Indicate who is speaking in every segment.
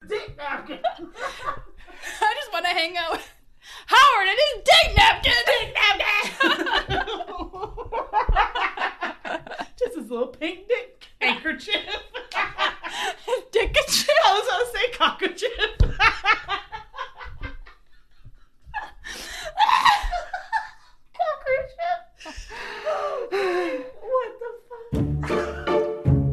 Speaker 1: taco chip. what the fuck?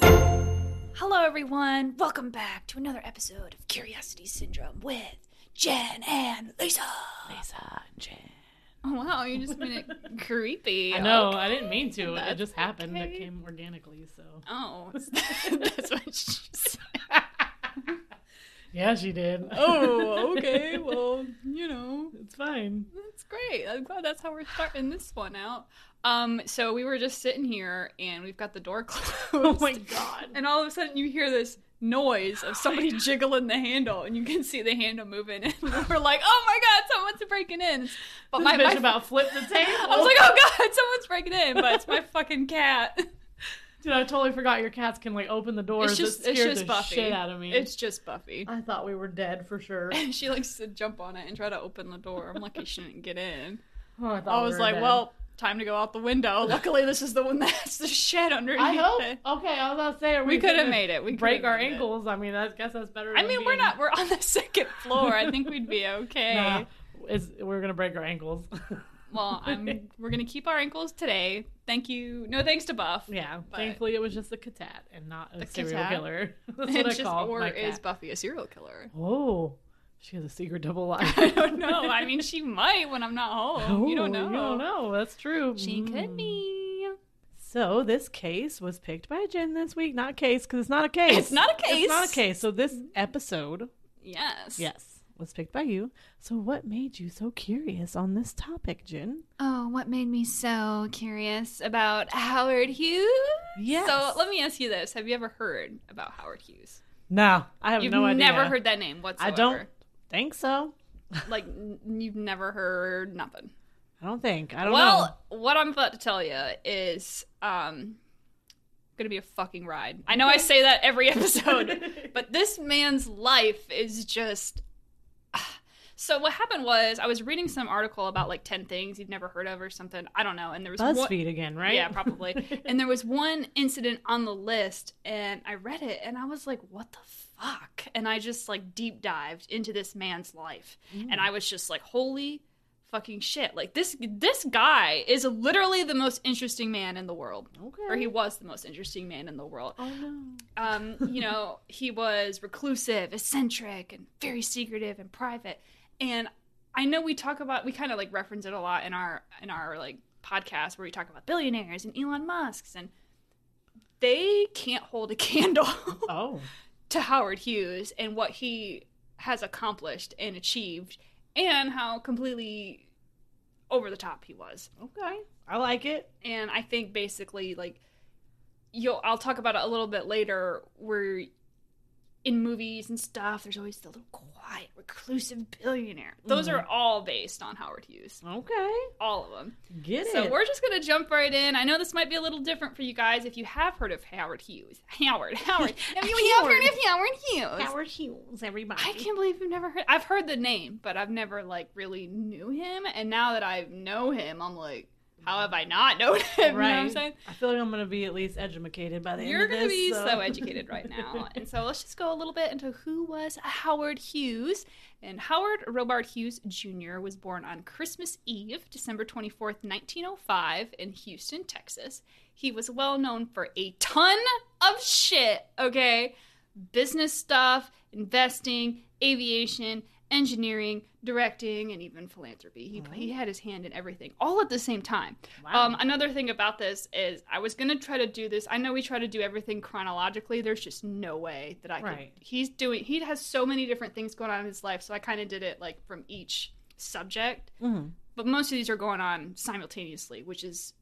Speaker 1: Hello, everyone. Welcome back to another episode of Curiosity Syndrome with Jen and Lisa.
Speaker 2: Oh, wow, you just made it creepy.
Speaker 3: I know. I didn't mean to. It
Speaker 2: that's
Speaker 3: just happened.
Speaker 2: okay.
Speaker 3: It came organically. So.
Speaker 2: Oh, that's what she said.
Speaker 3: Yeah, she did.
Speaker 2: Oh, okay. Well, you know,
Speaker 3: it's fine.
Speaker 2: that's great. I'm glad that's how we're starting this one out. Um, so we were just sitting here, and we've got the door closed.
Speaker 3: Oh my god.
Speaker 2: And all of a sudden, you hear this noise of somebody jiggling the handle, and you can see the handle moving. And we're like, "Oh my god, someone's breaking in!" But
Speaker 3: This
Speaker 2: my,
Speaker 3: bitch
Speaker 2: my
Speaker 3: about flipped the table.
Speaker 2: I was like, "Oh god, someone's breaking in!" But it's my fucking cat.
Speaker 3: dude, I totally forgot your cats can like open the doors.
Speaker 2: It's just-
Speaker 3: it
Speaker 2: it's
Speaker 3: scared
Speaker 2: just
Speaker 3: the
Speaker 2: Buffy.
Speaker 3: shit out of me.
Speaker 2: It's just Buffy.
Speaker 3: I thought we were dead for sure.
Speaker 2: she likes to jump on it and try to open the door. I'm lucky she didn't get in.
Speaker 3: Oh, I, thought
Speaker 2: I
Speaker 3: we
Speaker 2: was
Speaker 3: were
Speaker 2: like,
Speaker 3: dead.
Speaker 2: well, time to go out the window. Luckily, this is the one that's the shed underneath.
Speaker 3: I hope.
Speaker 2: it.
Speaker 3: Okay, I was about to say, are
Speaker 2: we
Speaker 3: we
Speaker 2: could have
Speaker 3: gonna
Speaker 2: made it. We
Speaker 3: break
Speaker 2: could've
Speaker 3: our
Speaker 2: made it.
Speaker 3: ankles. I mean, I guess that's better.
Speaker 2: I
Speaker 3: than
Speaker 2: mean, we're
Speaker 3: being-
Speaker 2: not. We're on the second floor. I think we'd be okay.
Speaker 3: Nah, it's, we're gonna break our ankles.
Speaker 2: Well, I'm, we're gonna keep our ankles today. Thank you. No thanks to Buff.
Speaker 3: Yeah,
Speaker 2: But-
Speaker 3: thankfully it was just a cat and not a
Speaker 2: The
Speaker 3: serial
Speaker 2: catat.
Speaker 3: killer. That's
Speaker 2: And
Speaker 3: what I
Speaker 2: just,
Speaker 3: call
Speaker 2: or
Speaker 3: my
Speaker 2: is
Speaker 3: cat.
Speaker 2: Buffy a serial killer?
Speaker 3: Oh, she has a secret double life.
Speaker 2: I don't know. I mean, she might when I'm not home. you don't
Speaker 3: Oh,
Speaker 2: know.
Speaker 3: You don't know. That's true.
Speaker 2: She could
Speaker 3: Mm.
Speaker 2: be.
Speaker 3: So this case was picked by Jen this week. Not case because it's not a case.
Speaker 2: It's not a case. Mm-hmm.
Speaker 3: It's not a case. So this episode,
Speaker 2: Yes.
Speaker 3: yes, was picked by you. So what made you so curious on this topic, Jen?
Speaker 2: Oh, what made me so curious about Howard Hughes?
Speaker 3: Yes.
Speaker 2: So let me ask you this: Have you ever heard about Howard Hughes?
Speaker 3: No, I have
Speaker 2: You've
Speaker 3: no idea.
Speaker 2: never heard that name
Speaker 3: I
Speaker 2: whatsoever.
Speaker 3: don't think so.
Speaker 2: Like n- you've never heard nothing.
Speaker 3: I don't think. I don't know.
Speaker 2: Well, what I'm about to tell you is um gonna be a fucking ride. I know I say that every episode, but this man's life is just so what happened was I was reading some article about like 10 things you've never heard of or something. I don't know. And there was one-
Speaker 3: BuzzFeed again, right?
Speaker 2: Yeah, probably. and there was one incident on the list, and I read it, and I was like, "What the fuck?" And I just like deep dived into this man's life,
Speaker 3: Hmm.
Speaker 2: and I was just like, "Holy fucking shit!" Like this this guy is literally the most interesting man in the world,
Speaker 3: okay.
Speaker 2: or he was the most interesting man in the world.
Speaker 3: Oh no.
Speaker 2: Um, you know, he was reclusive, eccentric, and very secretive and private. And I know we talk about we kind of like reference it a lot in our in our like podcast where we talk about billionaires and Elon Musk's and they can't hold a candle
Speaker 3: Oh.
Speaker 2: to Howard Hughes and what he has accomplished and achieved and how completely over the top he was
Speaker 3: Okay. I like it.
Speaker 2: and I think basically like you'll I'll talk about it a little bit later where in movies and stuff there's always the little quiet reclusive billionaire. Those
Speaker 3: Mm-hmm.
Speaker 2: are all based on Howard Hughes.
Speaker 3: Okay.
Speaker 2: All of them.
Speaker 3: Get
Speaker 2: So
Speaker 3: it.
Speaker 2: we're just going to jump right in. I know this might be a little different for you guys if you have heard of Howard Hughes. Howard, Howard. If you have heard of Howard Hughes.
Speaker 3: Howard Hughes, everybody.
Speaker 2: I can't believe you've never heard I've heard the name, but I've never like really knew him and now that I know him, I'm like how have I not known him? You know what I'm
Speaker 3: Right.
Speaker 2: saying?
Speaker 3: I feel like I'm gonna be at least educated by the
Speaker 2: You're
Speaker 3: end of
Speaker 2: going to
Speaker 3: this,
Speaker 2: be so. educated right now. And so let's just go a little bit into who was Howard Hughes. And Howard Robart Hughes Jr. was born on Christmas Eve, December 24th, 1905, in Houston, Texas. He was well known for a ton of shit, okay? Business stuff, investing, aviation, engineering, directing, and even philanthropy. He, he
Speaker 3: Oh.
Speaker 2: had his hand in everything all at the same time.
Speaker 3: Wow.
Speaker 2: Um, another thing about this is I was gonna try to do this. I know we try to do everything chronologically. There's just no way that I
Speaker 3: Right.
Speaker 2: could. He's doing. He has so many different things going on in his life, so I kind of did it like from each subject.
Speaker 3: Mhm.
Speaker 2: But most of these are going on simultaneously, which is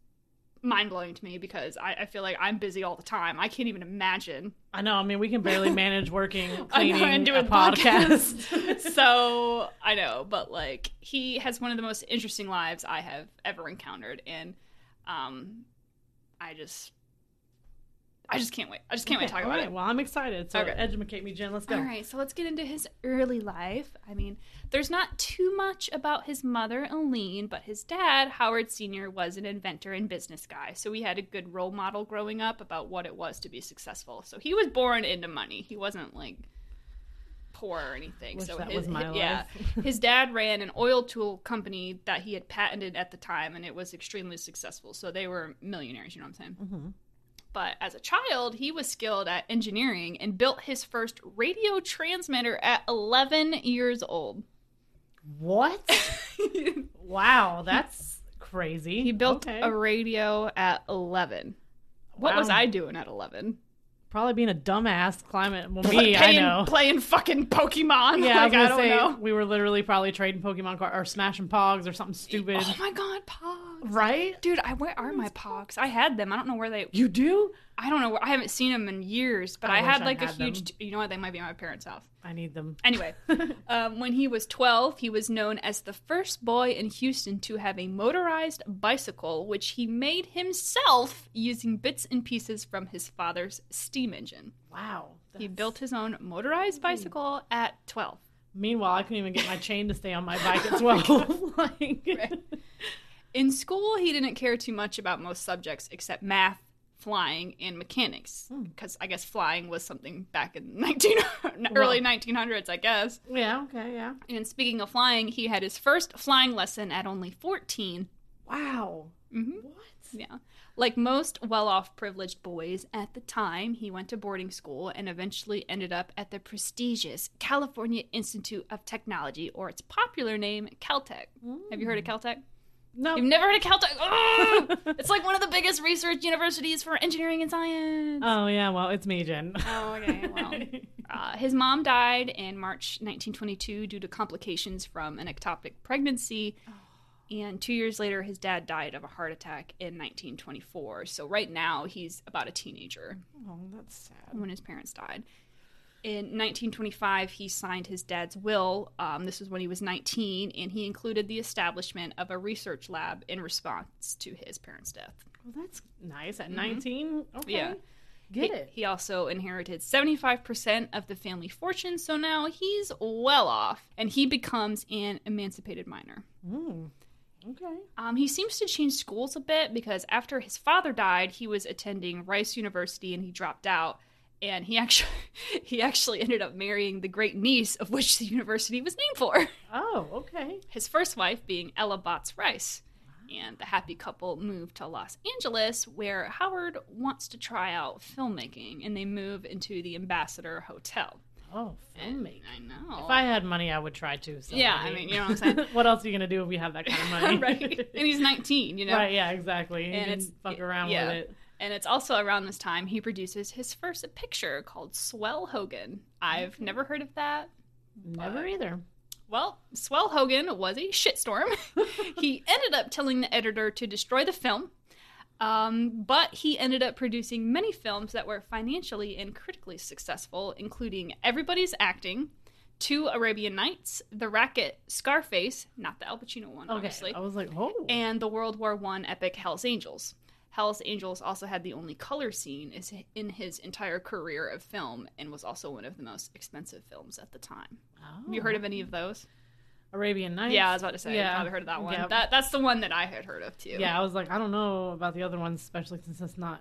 Speaker 2: mind blowing to me because I, I feel like I'm busy all the time. I can't even imagine.
Speaker 3: I know. I mean, we can barely manage working,
Speaker 2: I know,
Speaker 3: cleaning,
Speaker 2: and doing
Speaker 3: a podcast.
Speaker 2: so I know, but like he has one of the most interesting lives I have ever encountered, and um, I just I just can't wait. I just can't wait to talk
Speaker 3: All
Speaker 2: about
Speaker 3: right,
Speaker 2: it.
Speaker 3: Well, I'm excited. So
Speaker 2: Okay.
Speaker 3: educate me, Jen. Let's go.
Speaker 2: All right, so let's get into his early life. I mean, there's not too much about his mother, Aline, but his dad, Howard Sr., was an inventor and business guy. So he had a good role model growing up about what it was to be successful. So he was born into money. He wasn't like poor or anything.
Speaker 3: Wish
Speaker 2: so
Speaker 3: that
Speaker 2: his,
Speaker 3: was my
Speaker 2: yeah, his dad ran an oil tool company that he had patented at the time, and it was extremely successful. So they were millionaires. You know what I'm saying?
Speaker 3: Mm-hmm.
Speaker 2: But as a child, he was skilled at engineering and built his first radio transmitter at 11 years old.
Speaker 3: What? wow, that's crazy.
Speaker 2: he built
Speaker 3: Okay.
Speaker 2: a radio at 11. What was
Speaker 3: Wow.
Speaker 2: I doing at 11?
Speaker 3: probably being a dumbass climate. Well, me, I
Speaker 2: playing,
Speaker 3: know.
Speaker 2: Playing fucking Pokemon.
Speaker 3: Yeah,
Speaker 2: like,
Speaker 3: I
Speaker 2: I,
Speaker 3: was
Speaker 2: don't
Speaker 3: gonna say
Speaker 2: know.
Speaker 3: we were literally probably trading Pokemon cards or smashing Pogs or something stupid,
Speaker 2: Oh my god, Pogs.
Speaker 3: right?
Speaker 2: Dude, I where are my Pogs? I had them. I don't know where they.
Speaker 3: You do?
Speaker 2: I don't know. Where, I haven't seen them in years. But
Speaker 3: I
Speaker 2: I,
Speaker 3: wish
Speaker 2: had
Speaker 3: I
Speaker 2: like a
Speaker 3: had them.
Speaker 2: huge. You know what? They might be at my parents' house.
Speaker 3: I need them.
Speaker 2: Anyway, um, when he was 12, he was known as the first boy in Houston to have a motorized bicycle, which he made himself using bits and pieces from his father's steam engine.
Speaker 3: Wow.
Speaker 2: He
Speaker 3: that's-
Speaker 2: built his own motorized bicycle at 12.
Speaker 3: Meanwhile, I couldn't even get my chain to stay on my bike as well. like,
Speaker 2: In school, he didn't care too much about most subjects except math, flying, and mechanics,
Speaker 3: Hmm.
Speaker 2: because I guess flying was something back in 19 early 1900s, I guess.
Speaker 3: yeah. Okay. Yeah.
Speaker 2: And speaking of flying, he had his first flying lesson at only 14.
Speaker 3: Wow.
Speaker 2: hmm
Speaker 3: What?
Speaker 2: Yeah. Like most well off privileged boys at the time, he went to boarding school and eventually ended up at the prestigious California Institute of Technology, or its popular name, Caltech. Have you heard of Caltech?
Speaker 3: Mm. No.
Speaker 2: You've never heard of Caltech? Ugh! it's like one of the biggest research universities for engineering and science.
Speaker 3: Oh yeah. Well, it's me, Jen.
Speaker 2: oh, okay. Well, uh, his mom died in March 1922 due to complications from an ectopic pregnancy. And two years later, his dad died of a heart attack in 1924. So, right now, he's about a teenager
Speaker 3: oh, that's sad.
Speaker 2: when his parents died. In 1925, he signed his dad's will. Um, this was when he was 19, and he included the establishment of a research lab in response to his parents' death.
Speaker 3: Well, that's nice. At
Speaker 2: Mhm.
Speaker 3: 19. Okay.
Speaker 2: Yeah.
Speaker 3: Get
Speaker 2: he,
Speaker 3: it.
Speaker 2: he also inherited 75% of the family fortune, so now he's well off and he becomes an emancipated minor.
Speaker 3: Mm. Okay.
Speaker 2: Um, he seems to change schools a bit because after his father died, he was attending Rice University and he dropped out. And he actually he actually ended up marrying the great niece of which the university was named for.
Speaker 3: Oh. Okay.
Speaker 2: His first wife being Ella Botts Rice. And the happy couple moved to Los Angeles, where Howard wants to try out filmmaking, and they move into the Ambassador Hotel.
Speaker 3: Oh,
Speaker 2: And
Speaker 3: filmmaking.
Speaker 2: I know.
Speaker 3: If I had money, I would try to. So,
Speaker 2: Yeah, I mean, you know what I'm saying?
Speaker 3: what else are you gonna do if you have that kind of money?
Speaker 2: right. And he's 19, you know?
Speaker 3: Right, yeah, exactly. you
Speaker 2: And
Speaker 3: can
Speaker 2: it's-
Speaker 3: fuck around
Speaker 2: yeah.
Speaker 3: with it.
Speaker 2: And it's also around this time he produces his first picture called Swell Hogan. I've
Speaker 3: Mm-hmm.
Speaker 2: never heard of that.
Speaker 3: Never
Speaker 2: But-
Speaker 3: either.
Speaker 2: Well, Swell Hogan was a shitstorm. he ended up telling the editor to destroy the film, um, but he ended up producing many films that were financially and critically successful, including Everybody's Acting, Two Arabian Nights, The Racket, Scarface, not the Al Pacino one,
Speaker 3: Okay.
Speaker 2: obviously,
Speaker 3: I was like, oh.
Speaker 2: and the World War One epic Hell's Angels. Hell's Angels also had the only color scene is in his entire career of film and was also one of the most expensive films at the time. Have you heard of any of those?
Speaker 3: Oh. Arabian Nights?
Speaker 2: Yeah, I was about to say.
Speaker 3: Yeah.
Speaker 2: You probably heard of that one.
Speaker 3: Yeah.
Speaker 2: That that's the one that I had heard of too.
Speaker 3: Yeah, I was like, I don't know about the other ones, especially since it's not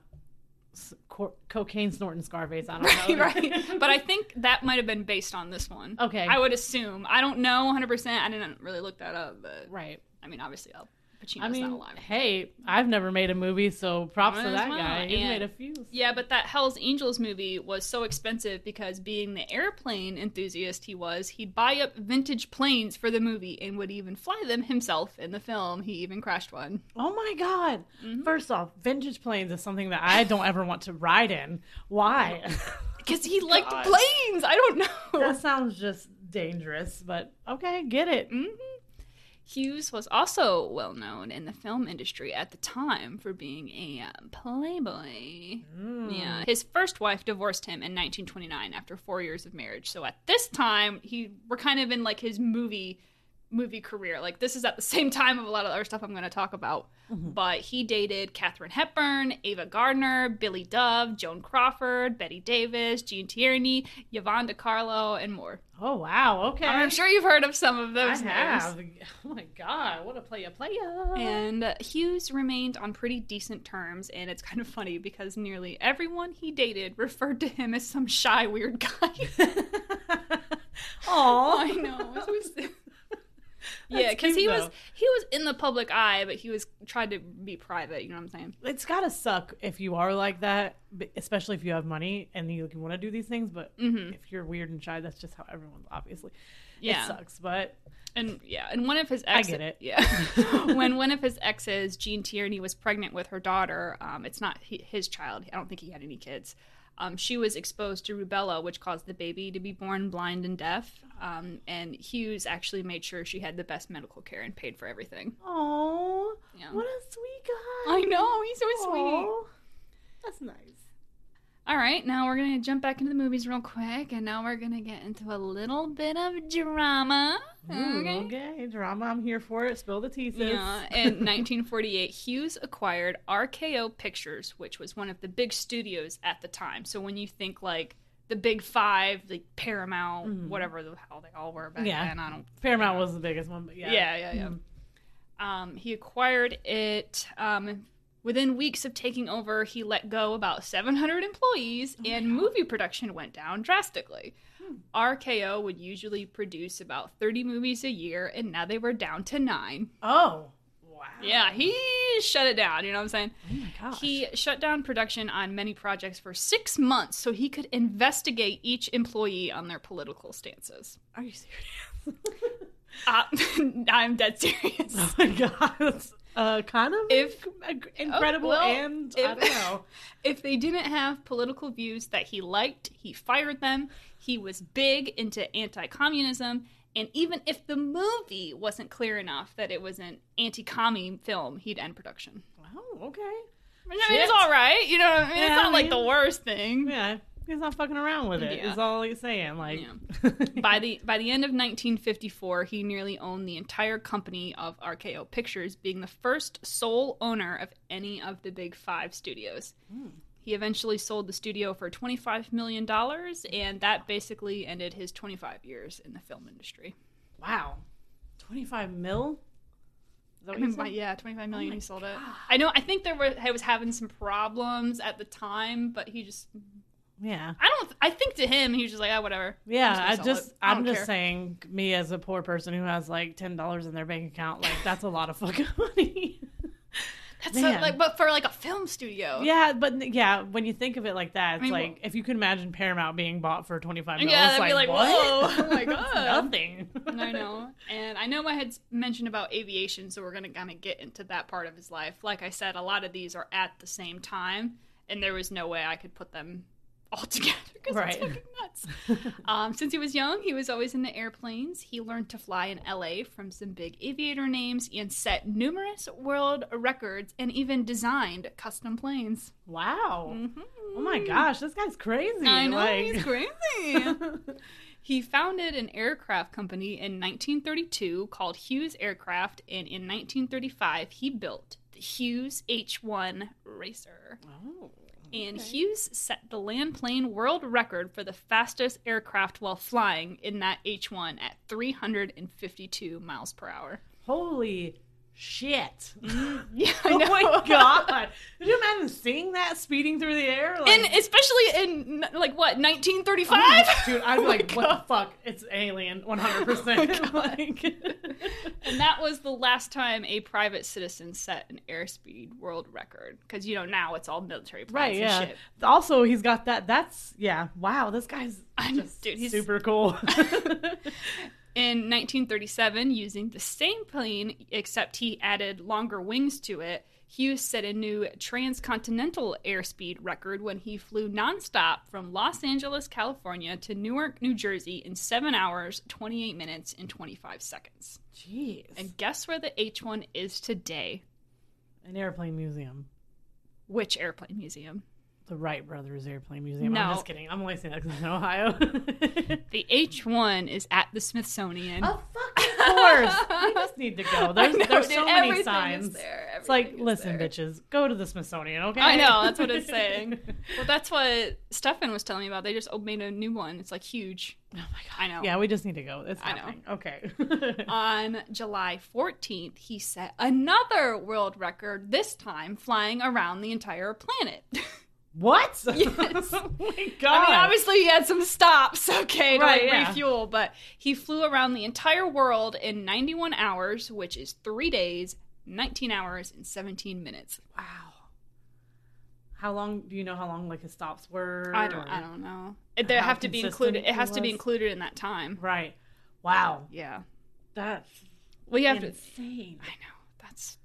Speaker 3: s- cor- cocaine snorting Scarface. I don't
Speaker 2: Right,
Speaker 3: know.
Speaker 2: right. But I think that might have been based on this one.
Speaker 3: okay.
Speaker 2: I would assume. I don't know 100%. I didn't really look that up, but
Speaker 3: right.
Speaker 2: I mean, obviously, Al Pacino's
Speaker 3: I
Speaker 2: not
Speaker 3: mean,
Speaker 2: alive.
Speaker 3: hey, I've never made a movie, so props
Speaker 2: Might
Speaker 3: to
Speaker 2: as
Speaker 3: that
Speaker 2: well,
Speaker 3: guy. He's
Speaker 2: and-
Speaker 3: made a few. so-
Speaker 2: Yeah, but that Hell's Angels movie was so expensive because being the airplane enthusiast he was, he'd buy up vintage planes for the movie and would even fly them himself in the film. He even crashed one.
Speaker 3: Oh my God.
Speaker 2: Mhm.
Speaker 3: First off, vintage planes is something that I don't ever want to ride in. Why?
Speaker 2: Because he liked
Speaker 3: God.
Speaker 2: planes! I don't know.
Speaker 3: that sounds just dangerous, but okay, get it.
Speaker 2: hmm Hughes was also well known in the film industry at the time for being a uh, playboy.
Speaker 3: Mm.
Speaker 2: Yeah, his first wife divorced him in 1929 after four years of marriage. So at this time, he we're kind of in like his movie movie career. Like this is at the same time of a lot of other stuff I'm going to talk about.
Speaker 3: Mhm.
Speaker 2: But he dated Katharine Hepburn, Ava Gardner, Billy Dove, Joan Crawford, Betty Davis, Jean Tierney, Yvonne DiCarlo, and more.
Speaker 3: Oh wow. Okay.
Speaker 2: I'm sure you've heard of some of
Speaker 3: I
Speaker 2: those names.
Speaker 3: have. Oh my god. What a player, player.
Speaker 2: And uh, Hughes remained on pretty decent terms, and it's kind of funny because nearly everyone he dated referred to him as some shy, weird guy.
Speaker 3: Aw.
Speaker 2: I know. It was- yeah,
Speaker 3: Oh. That's
Speaker 2: because
Speaker 3: cute,
Speaker 2: he was
Speaker 3: though.
Speaker 2: he was in the public eye, but he was tried to be private. You know what I'm saying?
Speaker 3: It's gotta suck if you are like that, b- especially if you have money and you want to do these things. But
Speaker 2: Mm-hmm.
Speaker 3: if you're weird and shy, that's just how everyone's obviously. It
Speaker 2: Yeah,
Speaker 3: sucks, but
Speaker 2: and yeah, and one of his
Speaker 3: I
Speaker 2: exes.
Speaker 3: get it.
Speaker 2: Yeah, when one of his exes, Jean Tierney, was pregnant with her daughter. Um, it's not hi- his child. I don't think he had any kids. Um, she was exposed to rubella, which caused the baby to be born blind and deaf. Um, and Hughes actually made sure she had the best medical care and paid for everything.
Speaker 3: oh,
Speaker 2: Yeah.
Speaker 3: what a sweet guy.
Speaker 2: I know he's so sweet.
Speaker 3: Aw. That's nice.
Speaker 2: All right, now we're going to jump back into the movies real quick, and now we're going to get into a little bit of drama.
Speaker 3: Ooh,
Speaker 2: okay.
Speaker 3: okay, drama. I'm here for it. Spill the tea, sis.
Speaker 2: Yeah, in 1948, Hughes acquired RKO Pictures, which was one of the big studios at the time. So when you think like the big five, like Paramount,
Speaker 3: Mhm.
Speaker 2: whatever the hell they all were back
Speaker 3: Yeah.
Speaker 2: then, I don't.
Speaker 3: Paramount was the biggest one, but yeah. Mm-hmm.
Speaker 2: Yeah, yeah, yeah. Um, he acquired it. Um, within weeks of taking over, he let go about 700 employees,
Speaker 3: Oh
Speaker 2: and movie production went down drastically.
Speaker 3: Hmm.
Speaker 2: RKO would usually produce about 30 movies a year, and now they were down to nine.
Speaker 3: Oh, wow.
Speaker 2: Yeah, he shut it down. You know what I'm saying?
Speaker 3: Oh my gosh.
Speaker 2: He shut down production on many projects for six months so he could investigate each employee on their political stances.
Speaker 3: Are you serious?
Speaker 2: Uh, I'm dead serious.
Speaker 3: oh my god. That's, uh, kind of
Speaker 2: If- oh,
Speaker 3: inc- incredible
Speaker 2: well,
Speaker 3: and I
Speaker 2: if-
Speaker 3: don't know.
Speaker 2: If they didn't have political views that he liked, he fired them. He was big into anti communism. And even if the movie wasn't clear enough that it was an anti commie film, he'd end production.
Speaker 3: Oh, okay.
Speaker 2: I mean, it's
Speaker 3: Shit.
Speaker 2: all right. You know what I mean?
Speaker 3: Yeah,
Speaker 2: it's
Speaker 3: I
Speaker 2: not like
Speaker 3: mean-
Speaker 2: the worst thing.
Speaker 3: Yeah, he's not fucking around with it. Is
Speaker 2: Yeah.
Speaker 3: all he's saying. Like,
Speaker 2: by the by the end of 1954, he nearly owned the entire company of RKO Pictures, being the first sole owner of any of the big 5 studios. He eventually sold the studio for 25 million dollars, and that basically ended his 25 years in the film industry.
Speaker 3: wow, twenty five mil. Is that
Speaker 2: I
Speaker 3: what
Speaker 2: mean,
Speaker 3: you said?
Speaker 2: by- yeah, 25 million
Speaker 3: Oh my
Speaker 2: he sold it.
Speaker 3: God.
Speaker 2: I know I think there were he was having some problems at the time, but he just
Speaker 3: yeah,
Speaker 2: I don't I think to him he was just like, "Ah, whatever."
Speaker 3: yeah. I
Speaker 2: just gonna sell
Speaker 3: just,
Speaker 2: it. I
Speaker 3: I'm
Speaker 2: don't
Speaker 3: just
Speaker 2: care.
Speaker 3: saying, me as a poor person who has like ten dollars in their bank account, like that's a lot of fucking money.
Speaker 2: That's so,
Speaker 3: Man.
Speaker 2: like but for like a film studio.
Speaker 3: yeah, but yeah, when you think of it like that, it's
Speaker 2: mean,
Speaker 3: like if you could imagine Paramount being bought for twenty five mil,
Speaker 2: Yeah,
Speaker 3: it's
Speaker 2: that'd be like,
Speaker 3: what?
Speaker 2: whoa, oh my
Speaker 3: It's
Speaker 2: God.
Speaker 3: nothing.
Speaker 2: I know. And I know I had mentioned about aviation, so we're going to kind of get into that part of his life. Like I said, a lot of these are at the same time, and there was no way I could put them all together because
Speaker 3: Right.
Speaker 2: it's fucking nuts. um, since he was young, he was always in the airplanes. He learned to fly in LA from some big aviator names and set numerous world records and even designed custom planes.
Speaker 3: Wow.
Speaker 2: Mhm.
Speaker 3: Oh my gosh, this guy's crazy.
Speaker 2: I know,
Speaker 3: like,
Speaker 2: he's crazy. He founded an aircraft company in 1932 called Hughes Aircraft, and in 1935 he built the Hughes H1 Racer.
Speaker 3: oh.
Speaker 2: And Hughes set the land plane world record for the fastest aircraft while flying in that H1 at 352 miles per hour.
Speaker 3: Holy shit.
Speaker 2: Yeah, I
Speaker 3: Oh
Speaker 2: know.
Speaker 3: my god. Could you imagine seeing that speeding through the air? Like,
Speaker 2: And especially in like what 1935?
Speaker 3: Dude, I'd be
Speaker 2: Oh my Oh
Speaker 3: like, what the fuck? It's alien 100%. like,
Speaker 2: And that was the last time a private citizen set an airspeed world record. Because, you know, now it's all military planes
Speaker 3: right,
Speaker 2: and
Speaker 3: yeah.
Speaker 2: shit.
Speaker 3: Also, he's got that. That's, yeah. Wow, this guy's
Speaker 2: I'm-
Speaker 3: just
Speaker 2: dude, he's-
Speaker 3: super cool.
Speaker 2: In 1937, using the same plane, except he added longer wings to it, Hughes set a new transcontinental airspeed record when he flew nonstop from Los Angeles, California to Newark, New Jersey in 7 hours, 28 minutes, and 25 seconds.
Speaker 3: Jeez.
Speaker 2: And guess where the H1 is today?
Speaker 3: An airplane museum.
Speaker 2: Which airplane museum?
Speaker 3: The Wright Brothers Airplane Museum.
Speaker 2: No.
Speaker 3: I'm just kidding. I'm only saying that because I'm in Ohio.
Speaker 2: The H1 is at the Smithsonian.
Speaker 3: oh, fuck. course. we just need to go. There's,
Speaker 2: I know,
Speaker 3: there's
Speaker 2: dude,
Speaker 3: so many
Speaker 2: everything
Speaker 3: signs.
Speaker 2: Is there.
Speaker 3: It's like,
Speaker 2: everything is
Speaker 3: listen,
Speaker 2: there.
Speaker 3: bitches, go to the Smithsonian, okay?
Speaker 2: I know, that's what it's saying. Well, that's what Stefan was telling me about. They just op- made a new one. It's like huge.
Speaker 3: oh my god.
Speaker 2: I know.
Speaker 3: Yeah, we just need to go. It's
Speaker 2: I know.
Speaker 3: happening. Okay.
Speaker 2: On July 14th, he set another world record, this time flying around the entire planet.
Speaker 3: what?
Speaker 2: Yes.
Speaker 3: oh my
Speaker 2: I
Speaker 3: god.
Speaker 2: mean, obviously, he had some stops, okay, to
Speaker 3: Right,
Speaker 2: like,
Speaker 3: yeah.
Speaker 2: refuel, but he flew around the entire world in 91 hours, which is three days, 19 hours, and 17 minutes.
Speaker 3: Wow. How long do you know how long like his stops were?
Speaker 2: I don't,
Speaker 3: or-
Speaker 2: I don't know. They
Speaker 3: How
Speaker 2: have to be
Speaker 3: consistent
Speaker 2: included.
Speaker 3: he
Speaker 2: It has to be
Speaker 3: was?
Speaker 2: included in that time.
Speaker 3: Right. Wow.
Speaker 2: Yeah.
Speaker 3: That's
Speaker 2: Well, you have to.
Speaker 3: insane.
Speaker 2: I know. That's.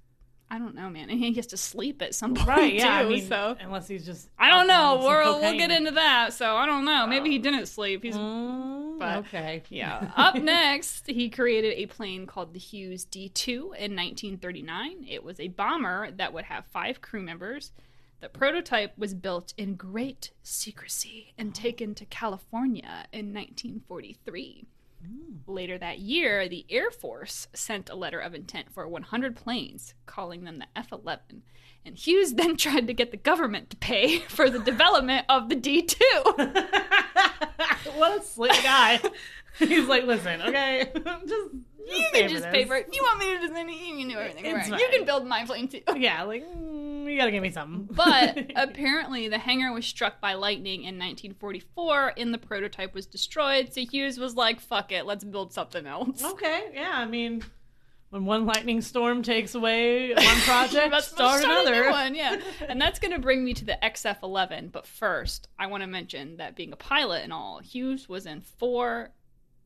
Speaker 2: I don't know, man. And he has to sleep at some point
Speaker 3: Right, yeah.
Speaker 2: too.
Speaker 3: I mean,
Speaker 2: so
Speaker 3: unless he's just
Speaker 2: I don't know.
Speaker 3: on some
Speaker 2: We'll we'll
Speaker 3: cocaine.
Speaker 2: get into that. So I don't know. Maybe he didn't sleep. He's
Speaker 3: Mm,
Speaker 2: but-
Speaker 3: okay.
Speaker 2: yeah. Up next, he created a plane called the Hughes D2 in 1939. It was a bomber that would have five crew members. The prototype was built in great secrecy and taken to California in 1943. Later that year, the Air Force sent a letter of intent for 100 planes, calling them the F 11. And Hughes then tried to get the government to pay for the development of the D 2.
Speaker 3: what a slick guy. He's like, listen, okay, just, just
Speaker 2: You
Speaker 3: pay
Speaker 2: can just pay
Speaker 3: this."
Speaker 2: for it. You want me to design it? You can do everything.
Speaker 3: It's
Speaker 2: right. You
Speaker 3: fine.
Speaker 2: can build my plane too.
Speaker 3: Yeah, like mm, you gotta give me something.
Speaker 2: But apparently, the hangar was struck by lightning in 1944, and the prototype was destroyed. So Hughes was like, "Fuck it, let's build something else."
Speaker 3: okay, yeah, I mean, when one lightning storm takes away one project,
Speaker 2: Let's- let's
Speaker 3: start
Speaker 2: a new
Speaker 3: another.
Speaker 2: one, yeah. And that's going to bring me to the XF-11. But first, I want to mention that being a pilot and all, Hughes was in four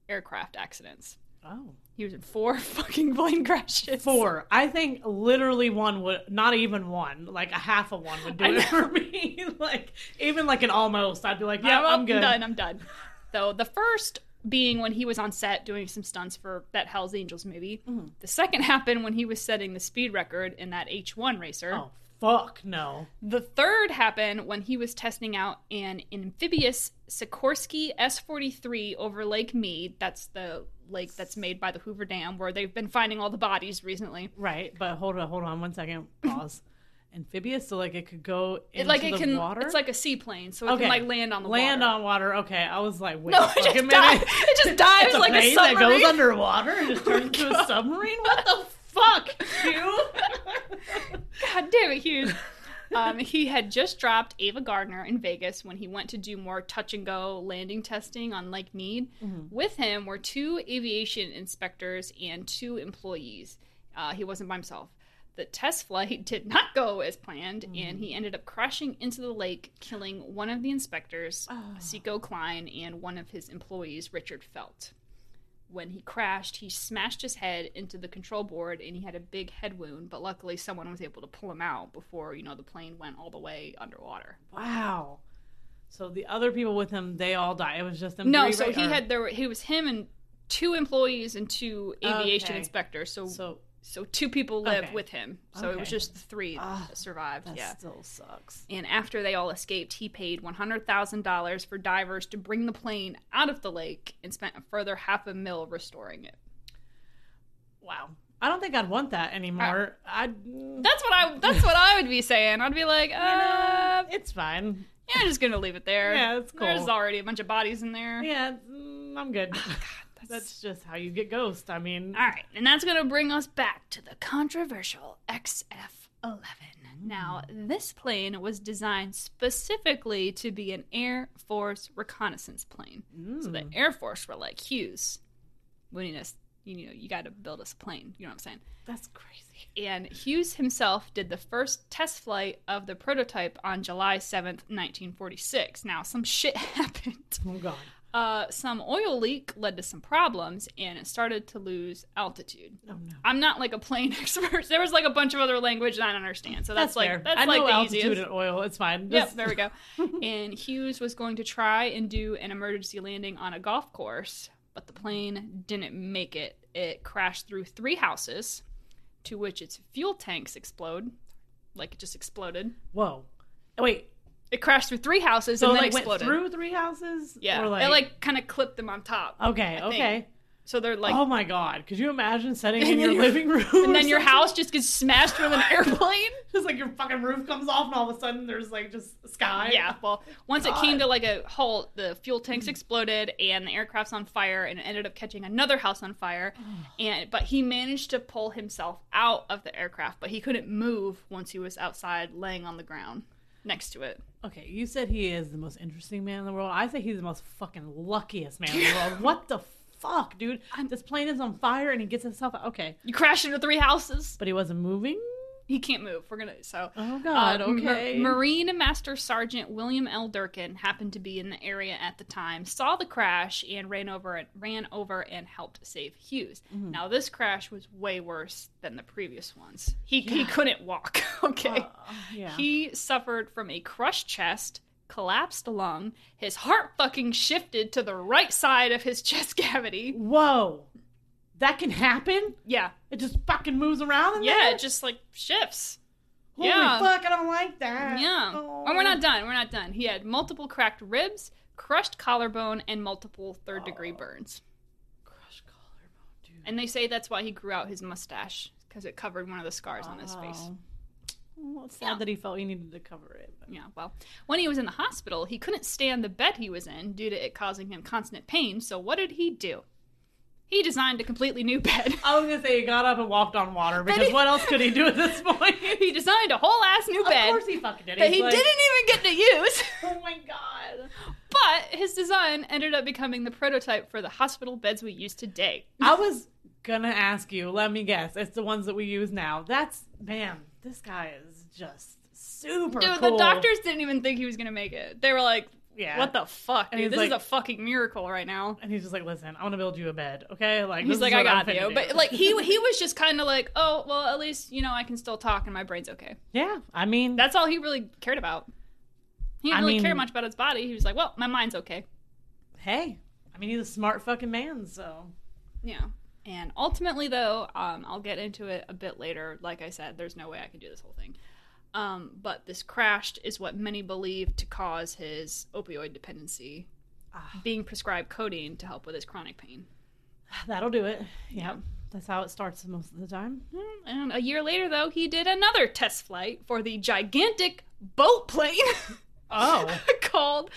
Speaker 2: aircraft accidents.
Speaker 3: Oh,
Speaker 2: He was in four fucking plane crashes.
Speaker 3: four. I think literally one would not even one, like a half of one would do
Speaker 2: I
Speaker 3: it for me. like even like an almost, I'd be like, yeah,
Speaker 2: Yeah,
Speaker 3: I'm, good.
Speaker 2: done. I'm done. So the first being when he was on set doing some stunts for that Hell's Angels movie.
Speaker 3: Mhm.
Speaker 2: The second happened when he was setting the speed record in that H1 racer.
Speaker 3: Oh fuck no.
Speaker 2: The third happened when he was testing out an amphibious Sikorsky S43 over Lake Mead. That's the lake that's made by the Hoover Dam where they've been finding all the bodies recently.
Speaker 3: Right, but hold on, hold on one second. Pause. Amphibious, so like it could go into
Speaker 2: It, like it
Speaker 3: the
Speaker 2: can
Speaker 3: water.
Speaker 2: it's like a seaplane, so it
Speaker 3: Okay.
Speaker 2: can like land on the
Speaker 3: land
Speaker 2: water.
Speaker 3: on water. Okay, I was like, wait
Speaker 2: No,
Speaker 3: a
Speaker 2: it just,
Speaker 3: fucking
Speaker 2: dives,
Speaker 3: minute.
Speaker 2: it just dives
Speaker 3: It's a
Speaker 2: like a
Speaker 3: plane that
Speaker 2: submarine. Oh
Speaker 3: goes underwater and just turns into a submarine. What the fuck, you?
Speaker 2: God damn it, Hughes. Um, he had just dropped Ava Gardner in Vegas when he went to do more touch and go landing testing on Lake Mead.
Speaker 3: Mhm.
Speaker 2: With him were two aviation inspectors and two employees. Uh, he wasn't by himself. The test flight did not go as planned, and he ended up crashing into the lake, killing one of the inspectors,
Speaker 3: Oh.
Speaker 2: Seiko Klein, and one of his employees, Richard Felt. When he crashed, he smashed his head into the control board and he had a big head wound, but luckily someone was able to pull him out before, you know, the plane went all the way underwater.
Speaker 3: wow. So the other people with him, they all die. It was just them.
Speaker 2: no,
Speaker 3: three,
Speaker 2: so
Speaker 3: right?
Speaker 2: he
Speaker 3: Or-
Speaker 2: had there were, he was him and two employees and two aviation
Speaker 3: Okay.
Speaker 2: inspectors. So so,
Speaker 3: So
Speaker 2: two people lived
Speaker 3: Okay.
Speaker 2: with him. So it was
Speaker 3: Okay.
Speaker 2: just the three
Speaker 3: Ah,
Speaker 2: that survived.
Speaker 3: that
Speaker 2: yeah.
Speaker 3: still sucks.
Speaker 2: And after they all escaped, he paid $100,000 for divers to bring the plane out of the lake and spent a further half a mil restoring it.
Speaker 3: Wow. I don't think I'd want that anymore.
Speaker 2: Uh,
Speaker 3: mm, I'd.
Speaker 2: That's what I. That's what I would be saying. I'd be like, uh, yeah,
Speaker 3: it's fine.
Speaker 2: I'm just gonna leave it there.
Speaker 3: Yeah, it's cool.
Speaker 2: There's already a bunch of bodies in there.
Speaker 3: Yeah, mm, I'm good.
Speaker 2: Oh That's-
Speaker 3: That's just how you get ghost. I mean,
Speaker 2: All right, and that's gonna bring us back to the controversial XF-11.
Speaker 3: Mm.
Speaker 2: Now, this plane was designed specifically to be an Air Force reconnaissance plane. So the
Speaker 3: mm,
Speaker 2: Air Force were like, Hughes, we need us. You know, you got to build us a plane. You know what I'm saying?
Speaker 3: that's crazy.
Speaker 2: and Hughes himself did the first test flight of the prototype on July 7th, 1946. Now, some shit happened.
Speaker 3: Oh god.
Speaker 2: Uh, some oil leak led to some problems, and it started to lose altitude.
Speaker 3: Oh no.
Speaker 2: I'm not like a plane expert. There was like a bunch of other language that I don't understand, so that's, like
Speaker 3: fair.
Speaker 2: that's
Speaker 3: I
Speaker 2: like
Speaker 3: know
Speaker 2: the
Speaker 3: altitude
Speaker 2: easiest.
Speaker 3: and oil. It's fine.
Speaker 2: Yep,
Speaker 3: Just-
Speaker 2: there we go. and Hughes was going to try and do an emergency landing on a golf course, but the plane didn't make it. It crashed through three houses, to which its fuel tanks explode. Like it just exploded.
Speaker 3: Whoa. Oh, Wait.
Speaker 2: It crashed through three houses
Speaker 3: So it
Speaker 2: and then
Speaker 3: like went
Speaker 2: exploded.
Speaker 3: through three houses?
Speaker 2: yeah,
Speaker 3: Or like,
Speaker 2: it like kind of clipped them on top.
Speaker 3: Okay.
Speaker 2: I think.
Speaker 3: Okay.
Speaker 2: So they're like,
Speaker 3: oh my god, could you imagine setting
Speaker 2: And
Speaker 3: in
Speaker 2: then
Speaker 3: your
Speaker 2: your-
Speaker 3: living room?
Speaker 2: and then your
Speaker 3: house.
Speaker 2: house just gets smashed from an airplane.
Speaker 3: It's like your fucking roof comes off, and all of a sudden there's like just sky.
Speaker 2: yeah. Well, once it came to like a halt, the fuel tanks exploded and the aircraft's on fire, and it ended up catching another house on fire. And but he managed to pull himself out of the aircraft, but he couldn't move once he was outside, laying on the ground next to it.
Speaker 3: Okay, you said he is the most interesting man in the world. I say he's the most fucking luckiest man in the world. What the fuck, dude?
Speaker 2: I'm-
Speaker 3: This plane is on fire, and he gets himself out. Okay,
Speaker 2: You crash into three houses.
Speaker 3: but he wasn't moving.
Speaker 2: He can't move. We're gonna so.
Speaker 3: Oh god.
Speaker 2: Uh, Mar-
Speaker 3: okay.
Speaker 2: Marine Master Sergeant William L. Durkin happened to be in the area at the time, saw the crash, and ran over and ran over and helped save Hughes.
Speaker 3: Mm-hmm.
Speaker 2: Now this crash was way worse than the previous ones. He he couldn't walk. Okay.
Speaker 3: Uh, yeah.
Speaker 2: He suffered from a crushed chest, collapsed lung, his heart fucking shifted to the right side of his chest cavity.
Speaker 3: Whoa, that can happen.
Speaker 2: Yeah.
Speaker 3: It just fucking moves around. In
Speaker 2: Yeah,
Speaker 3: there?
Speaker 2: it just like shifts.
Speaker 3: Holy
Speaker 2: yeah.
Speaker 3: fuck, I don't like that.
Speaker 2: Yeah.
Speaker 3: Oh.
Speaker 2: And we're not done. We're not done. He had multiple cracked ribs, crushed collarbone, and multiple third
Speaker 3: Oh.
Speaker 2: degree burns.
Speaker 3: Crush collarbone, dude.
Speaker 2: And they say that's why he grew out his mustache because it covered one of the scars on his face.
Speaker 3: Oh. Well, it's sad
Speaker 2: Yeah.
Speaker 3: that he felt he needed to cover it. But.
Speaker 2: Yeah, well, when he was in the hospital, he couldn't stand the bed he was in due to it causing him constant pain. So what did he do? He designed a completely new bed.
Speaker 3: I was gonna say he got up and walked on water because
Speaker 2: he-
Speaker 3: what else could he do at this point?
Speaker 2: he designed a whole ass new
Speaker 3: Of
Speaker 2: bed
Speaker 3: course he fucking did.
Speaker 2: that
Speaker 3: He's
Speaker 2: he
Speaker 3: like,
Speaker 2: didn't even get to use.
Speaker 3: Oh my god!
Speaker 2: but his design ended up becoming the prototype for the hospital beds we use today.
Speaker 3: I was gonna ask you. Let me guess. It's the ones that we use now. That's man. This guy is just super
Speaker 2: Dude,
Speaker 3: cool.
Speaker 2: the doctors didn't even think he was gonna make it. They were like,
Speaker 3: Yeah.
Speaker 2: "What the fuck,
Speaker 3: And
Speaker 2: dude?
Speaker 3: he's
Speaker 2: This is
Speaker 3: like-
Speaker 2: a fucking miracle right now."
Speaker 3: And he's just like, listen, I want to build you a bed, okay? Like this
Speaker 2: He's
Speaker 3: is
Speaker 2: like, "I
Speaker 3: what I'm
Speaker 2: got
Speaker 3: finna
Speaker 2: you,"
Speaker 3: do.
Speaker 2: but like he he was just kind of like, "Oh, well, at least you know I can still talk and my brain's okay."
Speaker 3: yeah. I mean,
Speaker 2: That's all he really cared about. He didn't
Speaker 3: I
Speaker 2: really
Speaker 3: mean-
Speaker 2: care much about his body. He was like, "Well, my mind's okay."
Speaker 3: hey, I mean, he's a smart fucking man. So
Speaker 2: Yeah. And ultimately, though, um, I'll get into it a bit later. Like I said, there's no way I can do this whole thing. Um, but this crashed is what many believe to cause his opioid dependency,
Speaker 3: Ah.
Speaker 2: being prescribed codeine to help with his chronic pain.
Speaker 3: that'll do it. Yeah. That's how it starts most of the time.
Speaker 2: And a year later, though, he did another test flight for the gigantic boat plane
Speaker 3: Oh.
Speaker 2: called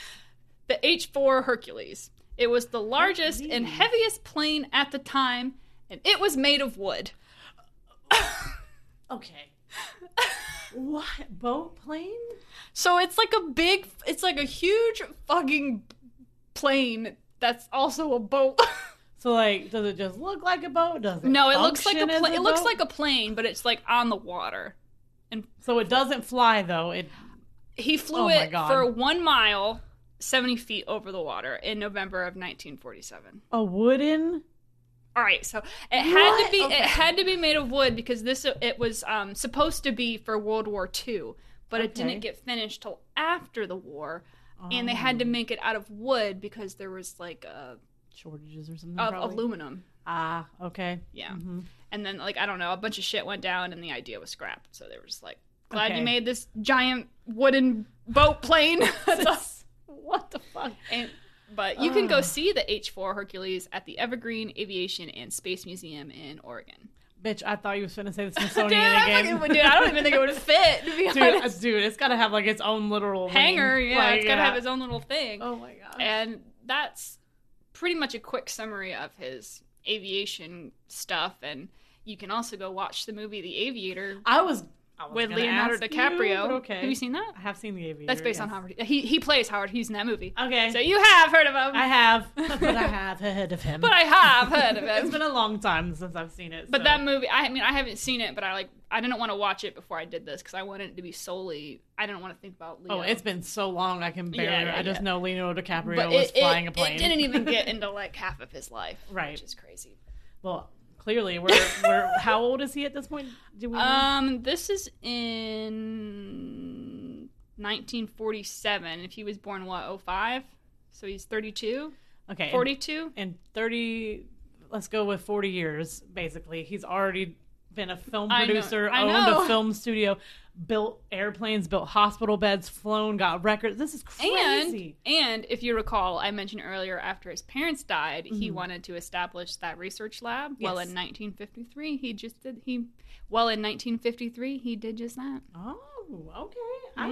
Speaker 2: the H 4 Hercules. It was the largest and
Speaker 3: Hercules.
Speaker 2: heaviest plane at the time, and it was made of wood.
Speaker 3: Okay. what boat plane?
Speaker 2: So it's like a big, it's like a huge fucking plane that's also a boat.
Speaker 3: So like, does it just look like a boat? Does it?
Speaker 2: no, it looks like a
Speaker 3: function as
Speaker 2: pla- it looks
Speaker 3: boat?
Speaker 2: like a plane, but it's like on the water.
Speaker 3: So it doesn't fly though. It.
Speaker 2: He flew
Speaker 3: Oh my
Speaker 2: it
Speaker 3: God.
Speaker 2: for one mile, seventy feet over the water in November of 1947.
Speaker 3: A wooden.
Speaker 2: All right, so it had to
Speaker 3: What?
Speaker 2: be
Speaker 3: Okay.
Speaker 2: it had to be made of wood because this it was um, supposed to be for World War II, but it
Speaker 3: Okay.
Speaker 2: didn't get finished till after the war, and
Speaker 3: Um,
Speaker 2: they
Speaker 3: Oh.
Speaker 2: had to make it out of wood because there was like a
Speaker 3: shortages or something.
Speaker 2: of
Speaker 3: probably.
Speaker 2: aluminum.
Speaker 3: Ah, okay.
Speaker 2: Yeah.
Speaker 3: Mhm.
Speaker 2: And then like I don't know, a bunch of shit went down and the idea was scrapped. So they were just like, "Glad
Speaker 3: Okay.
Speaker 2: you made this giant wooden boat plane." That's all.
Speaker 3: What the fuck?
Speaker 2: And- but you can go
Speaker 3: Ugh.
Speaker 2: see the H4 Hercules at the Evergreen Aviation and Space Museum in Oregon.
Speaker 3: Bitch, I thought you was finna say the
Speaker 2: Dude,
Speaker 3: Smithsonian
Speaker 2: I
Speaker 3: again.
Speaker 2: fucking, would- dude, I don't even think it would fit. To be
Speaker 3: dude,
Speaker 2: honest.
Speaker 3: uh, dude, it's gotta have like its own literal wing.
Speaker 2: hanger. Yeah,
Speaker 3: Like, uh,
Speaker 2: it's gotta have its own little thing.
Speaker 3: Oh my god.
Speaker 2: And that's pretty much a quick summary of his aviation stuff. And you can also go watch the movie The Aviator
Speaker 3: I was. I was
Speaker 2: with
Speaker 3: gonna
Speaker 2: Leonardo
Speaker 3: ask you,
Speaker 2: DiCaprio.
Speaker 3: but okay.
Speaker 2: Have you seen that?
Speaker 3: I have seen the aviator.
Speaker 2: That's based on
Speaker 3: yes.
Speaker 2: Howard. He he plays Howard Hughes in that movie.
Speaker 3: Okay.
Speaker 2: So you have heard of him.
Speaker 3: I have, but I have heard of him.
Speaker 2: but I have heard of
Speaker 3: it's
Speaker 2: him.
Speaker 3: been a long time since I've seen it.
Speaker 2: But
Speaker 3: so.
Speaker 2: that movie, I mean, I haven't seen it, but I like, I didn't want to watch it before I did this because I wanted it to be solely. I didn't want to think about Leo.
Speaker 3: Oh, it's been so long I can barely.
Speaker 2: yeah,
Speaker 3: I just
Speaker 2: yeah.
Speaker 3: know Leonardo DiCaprio
Speaker 2: but
Speaker 3: was
Speaker 2: it, it-
Speaker 3: flying a
Speaker 2: it
Speaker 3: plane.
Speaker 2: didn't even get into like half of his life,
Speaker 3: Right.
Speaker 2: Which is crazy.
Speaker 3: well, clearly, we're, we're how old is he at this point? Do we? know?
Speaker 2: Um, this is in 1947. If he was born what 05, so he's 32,
Speaker 3: okay, and-
Speaker 2: 42.
Speaker 3: and thirty. Let's go with forty years. Basically, he's already been a film
Speaker 2: I know-
Speaker 3: producer,
Speaker 2: I
Speaker 3: owned
Speaker 2: know.
Speaker 3: a film studio, built airplanes, built hospital beds, flown, got records. This is
Speaker 2: And
Speaker 3: crazy.
Speaker 2: and if you recall, I mentioned earlier after his parents died, he
Speaker 3: Mhm.
Speaker 2: wanted to establish that research lab. Well,
Speaker 3: Yes.
Speaker 2: in 1953, he just did he. Well, in 1953, he did just that.
Speaker 3: oh, okay. I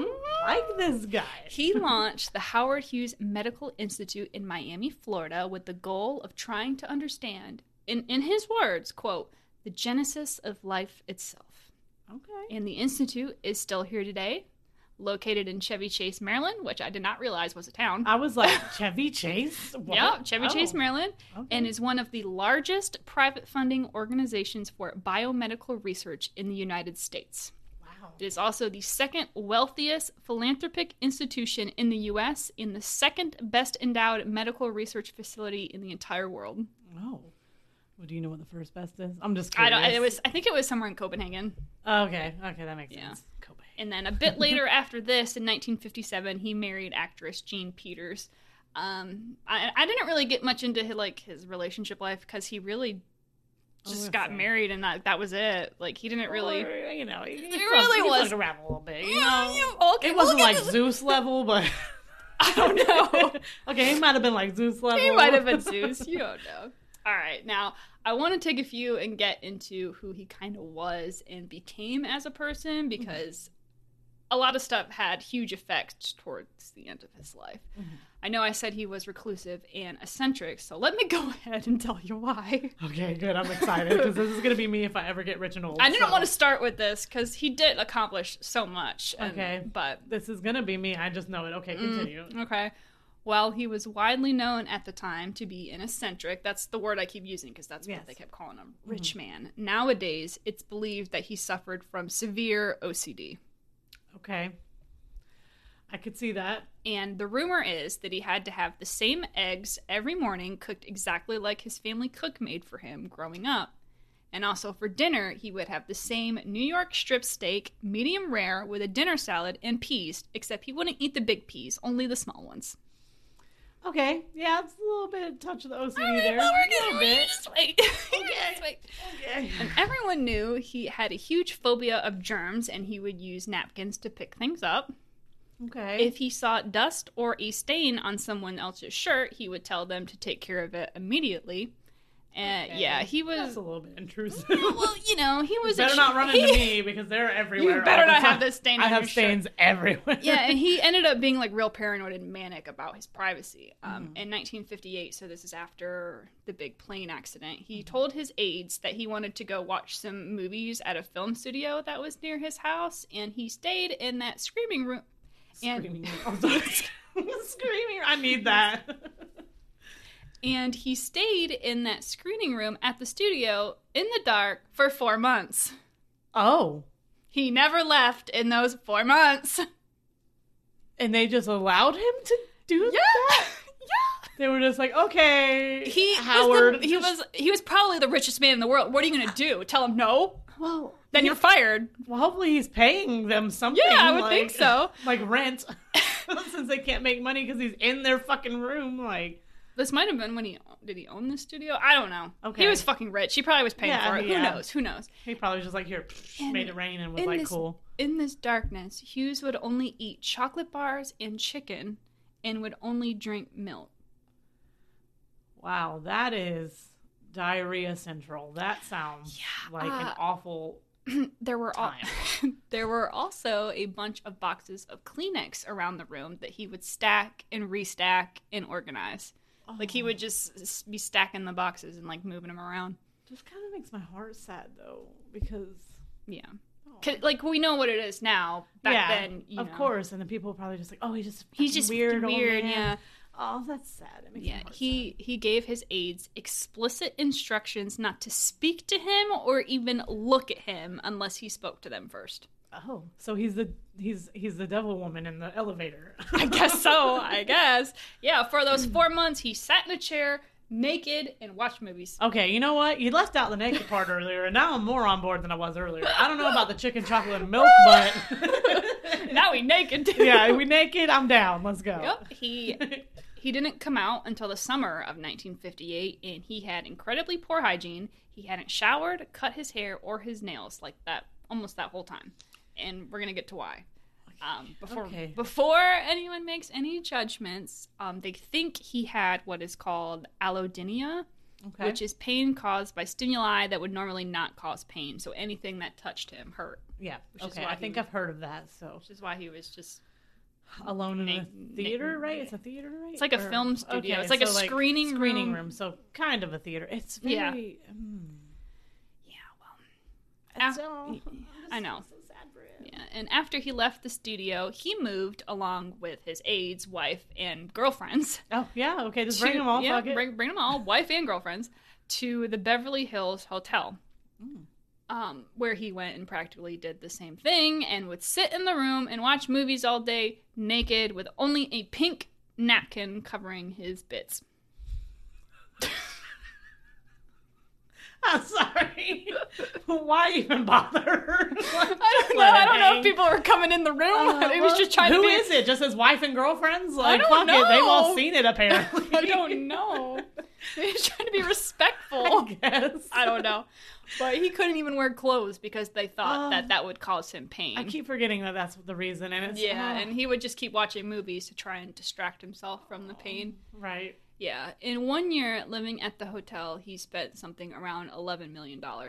Speaker 3: like this guy.
Speaker 2: Mm. He launched the Howard Hughes Medical Institute in Miami, Florida, with the goal of trying to understand, in, in his words, quote, the genesis of life itself.
Speaker 3: okay.
Speaker 2: And the institute is still here today, located in Chevy Chase, Maryland, which I did not realize was a town.
Speaker 3: I was like Chevy Chase. What?
Speaker 2: Yeah, Chevy
Speaker 3: Ah, Oh,
Speaker 2: Chase, Maryland,
Speaker 3: okay.
Speaker 2: and is one of the largest private funding organizations for biomedical research in the United States.
Speaker 3: wow.
Speaker 2: It is also the second wealthiest philanthropic institution in the U.S. and the second best endowed medical research facility in the entire world.
Speaker 3: Oh. Well, do you know what the first best is? I'm just
Speaker 2: I
Speaker 3: curious.
Speaker 2: don't. It was. I think it was somewhere in Copenhagen.
Speaker 3: Okay. Okay, that makes
Speaker 2: Yeah.
Speaker 3: sense. Copenhagen.
Speaker 2: And then a bit later after this, in 1957, he married actress Jean Peters. Um, I, I didn't really get much into his, like his relationship life because he really
Speaker 3: Oh,
Speaker 2: just
Speaker 3: that's
Speaker 2: got
Speaker 3: sad.
Speaker 2: married and that that was it. like he didn't really
Speaker 3: Or, you know, he, he
Speaker 2: really
Speaker 3: fucked- he
Speaker 2: was-
Speaker 3: fucked around a little bit. You
Speaker 2: Yeah,
Speaker 3: know,
Speaker 2: you- okay,
Speaker 3: it
Speaker 2: we'll
Speaker 3: wasn't
Speaker 2: get
Speaker 3: like
Speaker 2: to the-
Speaker 3: Zeus level, but
Speaker 2: I don't know
Speaker 3: okay, he might have been like Zeus level.
Speaker 2: He might have been Zeus. You don't know. All right, now I want to take a few and get into who he kind of was and became as a
Speaker 3: Mm-hmm.
Speaker 2: person because a lot of stuff had huge effects towards the end of his life.
Speaker 3: Mhm.
Speaker 2: I know I said he was reclusive and eccentric, so let me go ahead and tell you why.
Speaker 3: Okay, good. I'm excited because this is gonna be me if I ever get rich and old.
Speaker 2: I didn't
Speaker 3: so
Speaker 2: want to start with this because he did accomplish so much. and-
Speaker 3: Okay.
Speaker 2: but
Speaker 3: This is gonna be me. I just know it. Okay,
Speaker 2: Mm.
Speaker 3: continue.
Speaker 2: Okay. Well, he was widely known at the time to be an eccentric. That's the word I keep using because that's
Speaker 3: Yes.
Speaker 2: what they kept calling him, rich man. Nowadays, it's believed that he suffered from severe OCD.
Speaker 3: Okay, I could see that.
Speaker 2: And the rumor is that he had to have the same eggs every morning cooked exactly like his family cook made for him growing up. And also for dinner, he would have the same New York strip steak, medium rare, with a dinner salad and peas, except he wouldn't eat the big peas, only the small ones.
Speaker 3: Okay, yeah, it's a little bit touch of the OCD
Speaker 2: All right,
Speaker 3: there.
Speaker 2: well, we're
Speaker 3: A little
Speaker 2: gonna- we're
Speaker 3: bit.
Speaker 2: gonna just wait. We're gonna just wait.
Speaker 3: Okay.
Speaker 2: And everyone knew he had a huge phobia of germs and he would use napkins to pick things up.
Speaker 3: Okay.
Speaker 2: If he saw dust or a stain on someone else's shirt, he would tell them to take care of it immediately. And
Speaker 3: Okay.
Speaker 2: yeah, he
Speaker 3: That's
Speaker 2: was.
Speaker 3: a little bit intrusive.
Speaker 2: Well, you know, he was. a
Speaker 3: better not
Speaker 2: ch-
Speaker 3: run
Speaker 2: he-
Speaker 3: into me because they're everywhere.
Speaker 2: You better
Speaker 3: all the
Speaker 2: not
Speaker 3: time.
Speaker 2: have this stain.
Speaker 3: I
Speaker 2: on
Speaker 3: have
Speaker 2: your shirt.
Speaker 3: stains everywhere.
Speaker 2: yeah, and he ended up being like real paranoid and manic about his privacy. Um, In 1958, so this is after the big plane accident, he told his aides that he wanted to go watch some movies at a film studio that was near his house, and he stayed in that screaming room. And-
Speaker 3: Screaming. I'm sorry. Screaming. I need that.
Speaker 2: And he stayed in that screening room at the studio in the dark for four months.
Speaker 3: Oh,
Speaker 2: He never left in those four months.
Speaker 3: and they just allowed him to do
Speaker 2: Yeah,
Speaker 3: that.
Speaker 2: yeah.
Speaker 3: They were just like, okay,
Speaker 2: He
Speaker 3: Howard.
Speaker 2: Was the- he was he was probably the richest man in the world. What are you gonna do? Tell him no?
Speaker 3: well.
Speaker 2: Then you're fired.
Speaker 3: Well, hopefully he's paying them something.
Speaker 2: Yeah, I would
Speaker 3: like-
Speaker 2: think so.
Speaker 3: Like rent, since they can't make money because he's in their fucking room. Like,
Speaker 2: This might have been when he did he own this studio. I don't know.
Speaker 3: Okay.
Speaker 2: he was fucking rich. He probably was paying
Speaker 3: Yeah,
Speaker 2: for it.
Speaker 3: yeah.
Speaker 2: Who knows? Who knows?
Speaker 3: he probably just like here psh,
Speaker 2: And
Speaker 3: made it rain and was
Speaker 2: in
Speaker 3: like,
Speaker 2: this-
Speaker 3: cool.
Speaker 2: In this darkness, Hughes would only eat chocolate bars and chicken, and would only drink milk.
Speaker 3: Wow, that is diarrhea central. That sounds like an
Speaker 2: uh,
Speaker 3: awful.
Speaker 2: There were all, there were also a bunch of boxes of Kleenex around the room that he would stack and restack and organize. Like he
Speaker 3: Oh,
Speaker 2: would just s- be stacking the boxes and like moving them around.
Speaker 3: Just kind of makes my heart sad though, because
Speaker 2: Yeah,
Speaker 3: oh.
Speaker 2: 'Cause, like we know what it is now. Back
Speaker 3: Yeah,
Speaker 2: then, you
Speaker 3: of
Speaker 2: know,
Speaker 3: course, and the people probably just like, oh, he's just
Speaker 2: he's just
Speaker 3: weird,
Speaker 2: weird.
Speaker 3: old
Speaker 2: Weird,
Speaker 3: man."
Speaker 2: yeah.
Speaker 3: Oh, that's sad. It makes my
Speaker 2: Yeah,
Speaker 3: heart
Speaker 2: he he gave his aides explicit instructions not to speak to him or even look at him unless he spoke to them first.
Speaker 3: sad. Oh, so he's the he's he's the devil woman in the elevator.
Speaker 2: I guess so. I guess. Yeah, for those 4 months he sat in a chair naked and watched movies.
Speaker 3: Okay, you know what? You left out the naked part earlier, and now I'm more on board than I was earlier. I don't know about the chicken, chocolate, and milk, but
Speaker 2: now he naked.
Speaker 3: yeah, we naked. I'm down. Let's go.
Speaker 2: Yep, he He didn't come out until the summer of 1958, and he had incredibly poor hygiene. He hadn't showered, cut his hair, or his nails like that almost that whole time. And we're gonna get to why. Um, before
Speaker 3: Okay.
Speaker 2: before anyone makes any judgments, um, they think he had what is called allodynia,
Speaker 3: Okay.
Speaker 2: which is pain caused by stimuli that would normally not cause pain. So anything that touched him hurt,
Speaker 3: yeah.
Speaker 2: which is
Speaker 3: Okay.
Speaker 2: why
Speaker 3: I think
Speaker 2: he-
Speaker 3: I've heard of that. So
Speaker 2: which is why he was just.
Speaker 3: alone in
Speaker 2: Nick-
Speaker 3: a theater,
Speaker 2: Nick-
Speaker 3: right? It's a theater, right?
Speaker 2: It's like a film studio. It's like a screening
Speaker 3: screening
Speaker 2: room.
Speaker 3: room. So kind of a theater. It's
Speaker 2: Yeah.
Speaker 3: very. mm.
Speaker 2: Yeah, well,
Speaker 3: It's
Speaker 2: Af-
Speaker 3: all-
Speaker 2: I know.
Speaker 3: So sad for him.
Speaker 2: Yeah, and after he left the studio, he moved along with his aides, wife, and girlfriends.
Speaker 3: Oh yeah. Okay. Just bring
Speaker 2: to-
Speaker 3: them all.
Speaker 2: Yeah,
Speaker 3: fuck it.
Speaker 2: bring bring them all, wife and girlfriends, to the Beverly Hills Hotel,
Speaker 3: Mm.
Speaker 2: um, where he went and practically did the same thing, and would sit in the room and watch movies all day naked with only a pink napkin covering his bits.
Speaker 3: I'm sorry. Why even bother?
Speaker 2: I don't know. I don't know if people were coming in the room.
Speaker 3: Uh,
Speaker 2: it was
Speaker 3: well,
Speaker 2: just trying
Speaker 3: who
Speaker 2: to be.
Speaker 3: is it? Just his wife and girlfriends? Like,
Speaker 2: don't
Speaker 3: fuck it. They've all
Speaker 2: know.
Speaker 3: seen it, apparently.
Speaker 2: I don't know. He was trying to be respectful.
Speaker 3: I guess.
Speaker 2: I don't know. But he couldn't even wear clothes because they thought
Speaker 3: Oh.
Speaker 2: that that would cause him pain.
Speaker 3: I keep forgetting that that's the reason, and it's
Speaker 2: yeah,
Speaker 3: oh,
Speaker 2: and he would just keep watching movies to try and distract himself from the pain.
Speaker 3: right.
Speaker 2: Yeah, in one year living at the hotel, he spent something around $11 million. Well,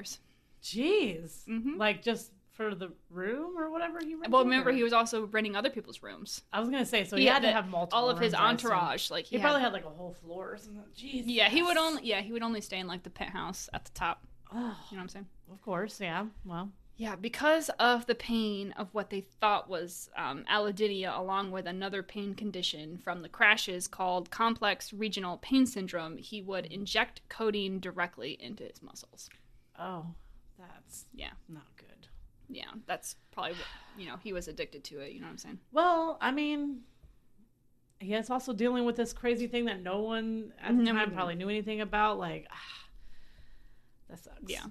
Speaker 3: Jeez,
Speaker 2: Mhm.
Speaker 3: like just for the room or whatever he rented.
Speaker 2: remember,
Speaker 3: or-
Speaker 2: he was also renting other people's rooms.
Speaker 3: I was gonna say, so
Speaker 2: he
Speaker 3: he,
Speaker 2: had
Speaker 3: had to
Speaker 2: the-
Speaker 3: have multiple.
Speaker 2: All of
Speaker 3: rooms,
Speaker 2: his
Speaker 3: I assume.
Speaker 2: entourage. Like,
Speaker 3: He
Speaker 2: he,
Speaker 3: probably
Speaker 2: had.
Speaker 3: had like a whole floor or something. Jeez.
Speaker 2: Yeah, he would only yeah, he would only stay in like the penthouse at the top.
Speaker 3: Oh,
Speaker 2: You know what I'm saying?
Speaker 3: of course, yeah. Well,
Speaker 2: Yeah, because of the pain of what they thought was um, allodynia, along with another pain condition from the crashes called complex regional pain syndrome, he would inject codeine directly into his muscles.
Speaker 3: oh, that's
Speaker 2: Yeah.
Speaker 3: not good.
Speaker 2: Yeah, that's probably what, you know, he was addicted to it. You know what I'm saying?
Speaker 3: Well, I mean, he is also dealing with this crazy thing that no one at the
Speaker 2: No
Speaker 3: time
Speaker 2: one-
Speaker 3: probably knew anything about. Like, ah, that sucks.
Speaker 2: Yeah.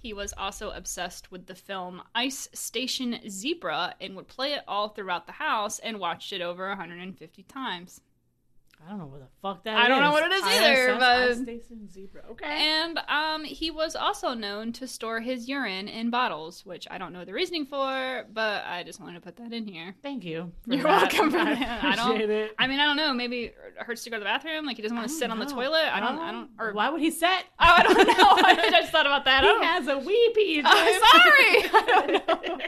Speaker 2: He was also obsessed with the film Ice Station Zebra and would play it all throughout the house and watched it over 150 times.
Speaker 3: I don't know what the fuck that is.
Speaker 2: I don't know what it is either,
Speaker 3: ISS,
Speaker 2: but-
Speaker 3: Station Zebra. Okay.
Speaker 2: And um, he was also known to store his urine in bottles, which I don't know the reasoning for, but I just wanted to put that in here.
Speaker 3: Thank you. for
Speaker 2: You're
Speaker 3: that.
Speaker 2: welcome for
Speaker 3: I
Speaker 2: that. I don't-
Speaker 3: appreciate it.
Speaker 2: I mean, I don't know. Maybe it hurts to go to the bathroom. Like he doesn't want to
Speaker 3: don't
Speaker 2: sit on the
Speaker 3: know. Uh-huh.
Speaker 2: toilet. I don't. I
Speaker 3: Well,
Speaker 2: don't. Or
Speaker 3: Um, why would he set?
Speaker 2: oh, I don't know. I just thought about that. I
Speaker 3: He
Speaker 2: don't,
Speaker 3: has a wee pee.
Speaker 2: I'm sorry. I don't know.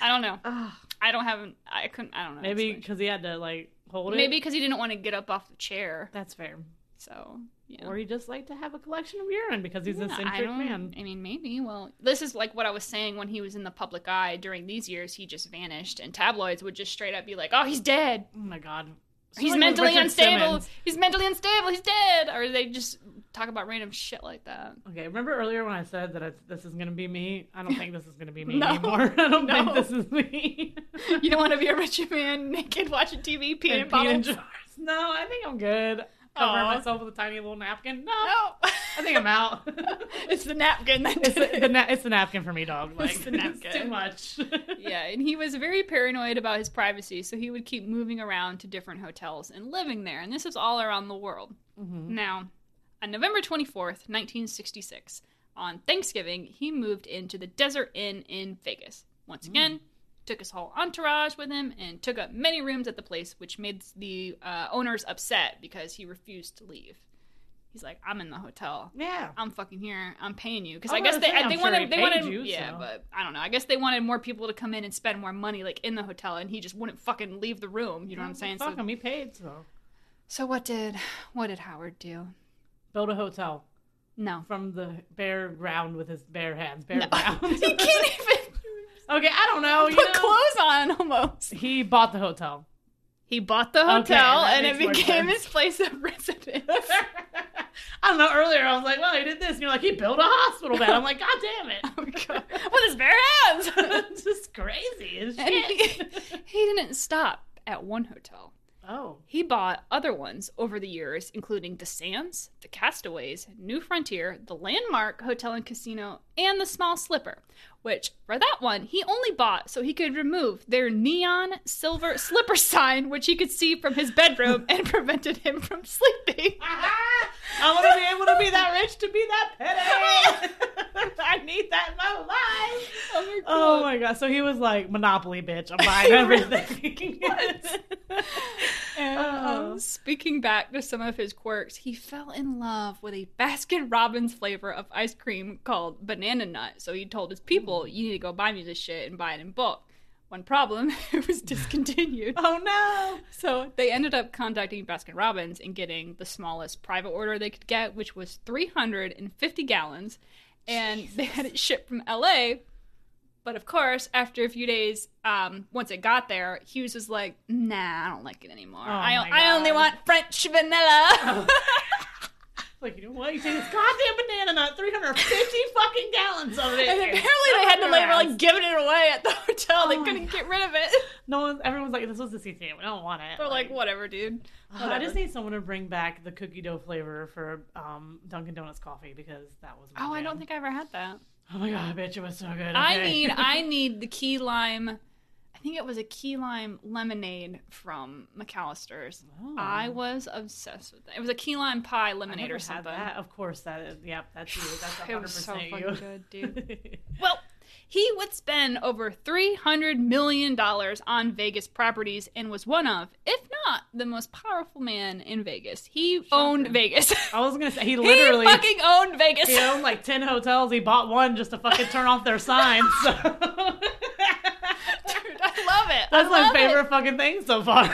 Speaker 2: I don't know.
Speaker 3: Ah,
Speaker 2: I don't have. I couldn't. I don't know.
Speaker 3: Maybe because he had to like hold it.
Speaker 2: Maybe because he didn't want to get up off the chair.
Speaker 3: that's fair.
Speaker 2: So yeah.
Speaker 3: Or he just liked to have a collection of urine because he's a
Speaker 2: Yeah, I
Speaker 3: centric
Speaker 2: don't- e-,
Speaker 3: man.
Speaker 2: I mean, maybe. Well, this is like what I was saying when he was in the public eye during these years. He just vanished, and tabloids would just straight up be like, "Oh, he's dead.
Speaker 3: Oh my god. So
Speaker 2: He's
Speaker 3: like with
Speaker 2: mentally
Speaker 3: Richard
Speaker 2: unstable.
Speaker 3: Simmons.
Speaker 2: He's mentally unstable. He's dead." Or they just talk about random shit like that.
Speaker 3: Okay, remember earlier when I said that it's, this is gonna be me? I don't think this is gonna be me
Speaker 2: No.
Speaker 3: anymore. I don't think
Speaker 2: No.
Speaker 3: this is me.
Speaker 2: You don't want to be a rich man naked watching TV, peeing in
Speaker 3: And pee in
Speaker 2: bottles.
Speaker 3: jars. No, I think I'm good. Cover
Speaker 2: Aw.
Speaker 3: myself with a tiny little napkin. No,
Speaker 2: No,
Speaker 3: I think I'm out.
Speaker 2: it's the napkin that
Speaker 3: it's,
Speaker 2: did
Speaker 3: the,
Speaker 2: it.
Speaker 3: the na- it's the napkin for me, dog. Like,
Speaker 2: It's the
Speaker 3: it's too
Speaker 2: napkin.
Speaker 3: much.
Speaker 2: yeah, and he was very paranoid about his privacy, so he would keep moving around to different hotels and living there. And this is all around the world.
Speaker 3: Mhm.
Speaker 2: Now, on November 24th, 1966, on Thanksgiving, he moved into the Desert Inn in Vegas. Once
Speaker 3: Mm.
Speaker 2: again, took his whole entourage with him and took up many rooms at the place, which made the uh, owners upset because he refused to leave. He's like, "I'm in the hotel.
Speaker 3: Yeah.
Speaker 2: I'm fucking here. I'm paying you." Because
Speaker 3: I
Speaker 2: I
Speaker 3: was
Speaker 2: guess
Speaker 3: gonna
Speaker 2: they
Speaker 3: say, I'm
Speaker 2: they
Speaker 3: sure
Speaker 2: wanted
Speaker 3: he
Speaker 2: they
Speaker 3: paid
Speaker 2: wanted
Speaker 3: you,
Speaker 2: yeah,
Speaker 3: so.
Speaker 2: but I don't know. I guess they wanted more people to come in and spend more money like in the hotel, and he just wouldn't fucking leave the room. You know what I'm saying?
Speaker 3: Fuck
Speaker 2: So,
Speaker 3: him. He paid, so.
Speaker 2: so what did what did Howard do?
Speaker 3: Build a hotel
Speaker 2: No.
Speaker 3: from the bare ground with his bare hands. Bare
Speaker 2: No. Oh,
Speaker 3: ground.
Speaker 2: he can't even
Speaker 3: okay, I don't know. you
Speaker 2: put
Speaker 3: know.
Speaker 2: clothes on almost.
Speaker 3: He bought the hotel.
Speaker 2: He bought the
Speaker 3: hotel,
Speaker 2: hotel
Speaker 3: that
Speaker 2: and it
Speaker 3: makes more
Speaker 2: became
Speaker 3: sense.
Speaker 2: his place of residence. Oh
Speaker 3: I don't know. Earlier, I was like, "Well, he did this," and you're like, "He built a hospital bed." I'm like, "God damn it!"
Speaker 2: Oh, God. With his bare hands.
Speaker 3: It's just crazy as
Speaker 2: And
Speaker 3: shit.
Speaker 2: he didn't stop at one hotel.
Speaker 3: Oh.
Speaker 2: He bought other ones over the years, including The Sands, The Castaways, New Frontier, The Landmark Hotel and Casino, and The Small Slipper, which for that one, he only bought so he could remove their neon silver slipper sign, which he could see from his bedroom and prevented him from sleeping.
Speaker 3: I want to be able to be that rich to be that petty. I need that in my life.
Speaker 2: Oh my
Speaker 3: Oh my god! So he was like Monopoly, bitch. I'm buying everything.
Speaker 2: Um,
Speaker 3: oh.
Speaker 2: speaking back to some of his quirks, he fell in love with a Baskin Robbins flavor of ice cream called Banana Nut. So he told his people, "You need to go buy me this shit and buy it in bulk." One problem: it was discontinued.
Speaker 3: oh no!
Speaker 2: so they ended up contacting Baskin Robbins and getting the smallest private order they could get, which was 350 gallons, and they had it shipped from LA. But of course, after a few days, um, once it got there, Hughes was like, "Nah, I don't like it anymore. I,
Speaker 3: my
Speaker 2: I only
Speaker 3: God.
Speaker 2: want French vanilla."
Speaker 3: Like you know what? You take this goddamn banana nut, 350 fucking gallons of it.
Speaker 2: and apparently, they had to later like giving it away at the hotel. they
Speaker 3: Oh my
Speaker 2: couldn't get rid of it.
Speaker 3: no one. Everyone's like, this was the CC. We don't want it.
Speaker 2: They're like, "Whatever, dude."
Speaker 3: Uh, I just
Speaker 2: Whatever.
Speaker 3: need someone to bring back the cookie dough flavor for um, Dunkin' Donuts coffee because that was. my
Speaker 2: Oh, I
Speaker 3: jam.
Speaker 2: don't think I ever had that.
Speaker 3: Oh my god, bitch, it was so good.
Speaker 2: I
Speaker 3: Okay.
Speaker 2: need I need the key lime. I think it was a key lime lemonade from McAllister's.
Speaker 3: Oh.
Speaker 2: I was obsessed with that. It was a key lime pie
Speaker 3: I
Speaker 2: lemonade
Speaker 3: never
Speaker 2: or
Speaker 3: had
Speaker 2: something.
Speaker 3: That. Of course, that is. Yep, that's you. That's 100
Speaker 2: It was so
Speaker 3: percent
Speaker 2: fucking
Speaker 3: you.
Speaker 2: good, dude. Well, he would spend over $300 million on Vegas properties and was one of, if not the most powerful man in Vegas. He owned Vegas.
Speaker 3: I was gonna say he
Speaker 2: Literally.
Speaker 3: literally.
Speaker 2: He fucking owned Vegas.
Speaker 3: he owned like ten hotels. He bought one just to fucking turn off their signs. So.
Speaker 2: Dude, I love it.
Speaker 3: That's
Speaker 2: I
Speaker 3: my
Speaker 2: love it.
Speaker 3: favorite fucking thing so far.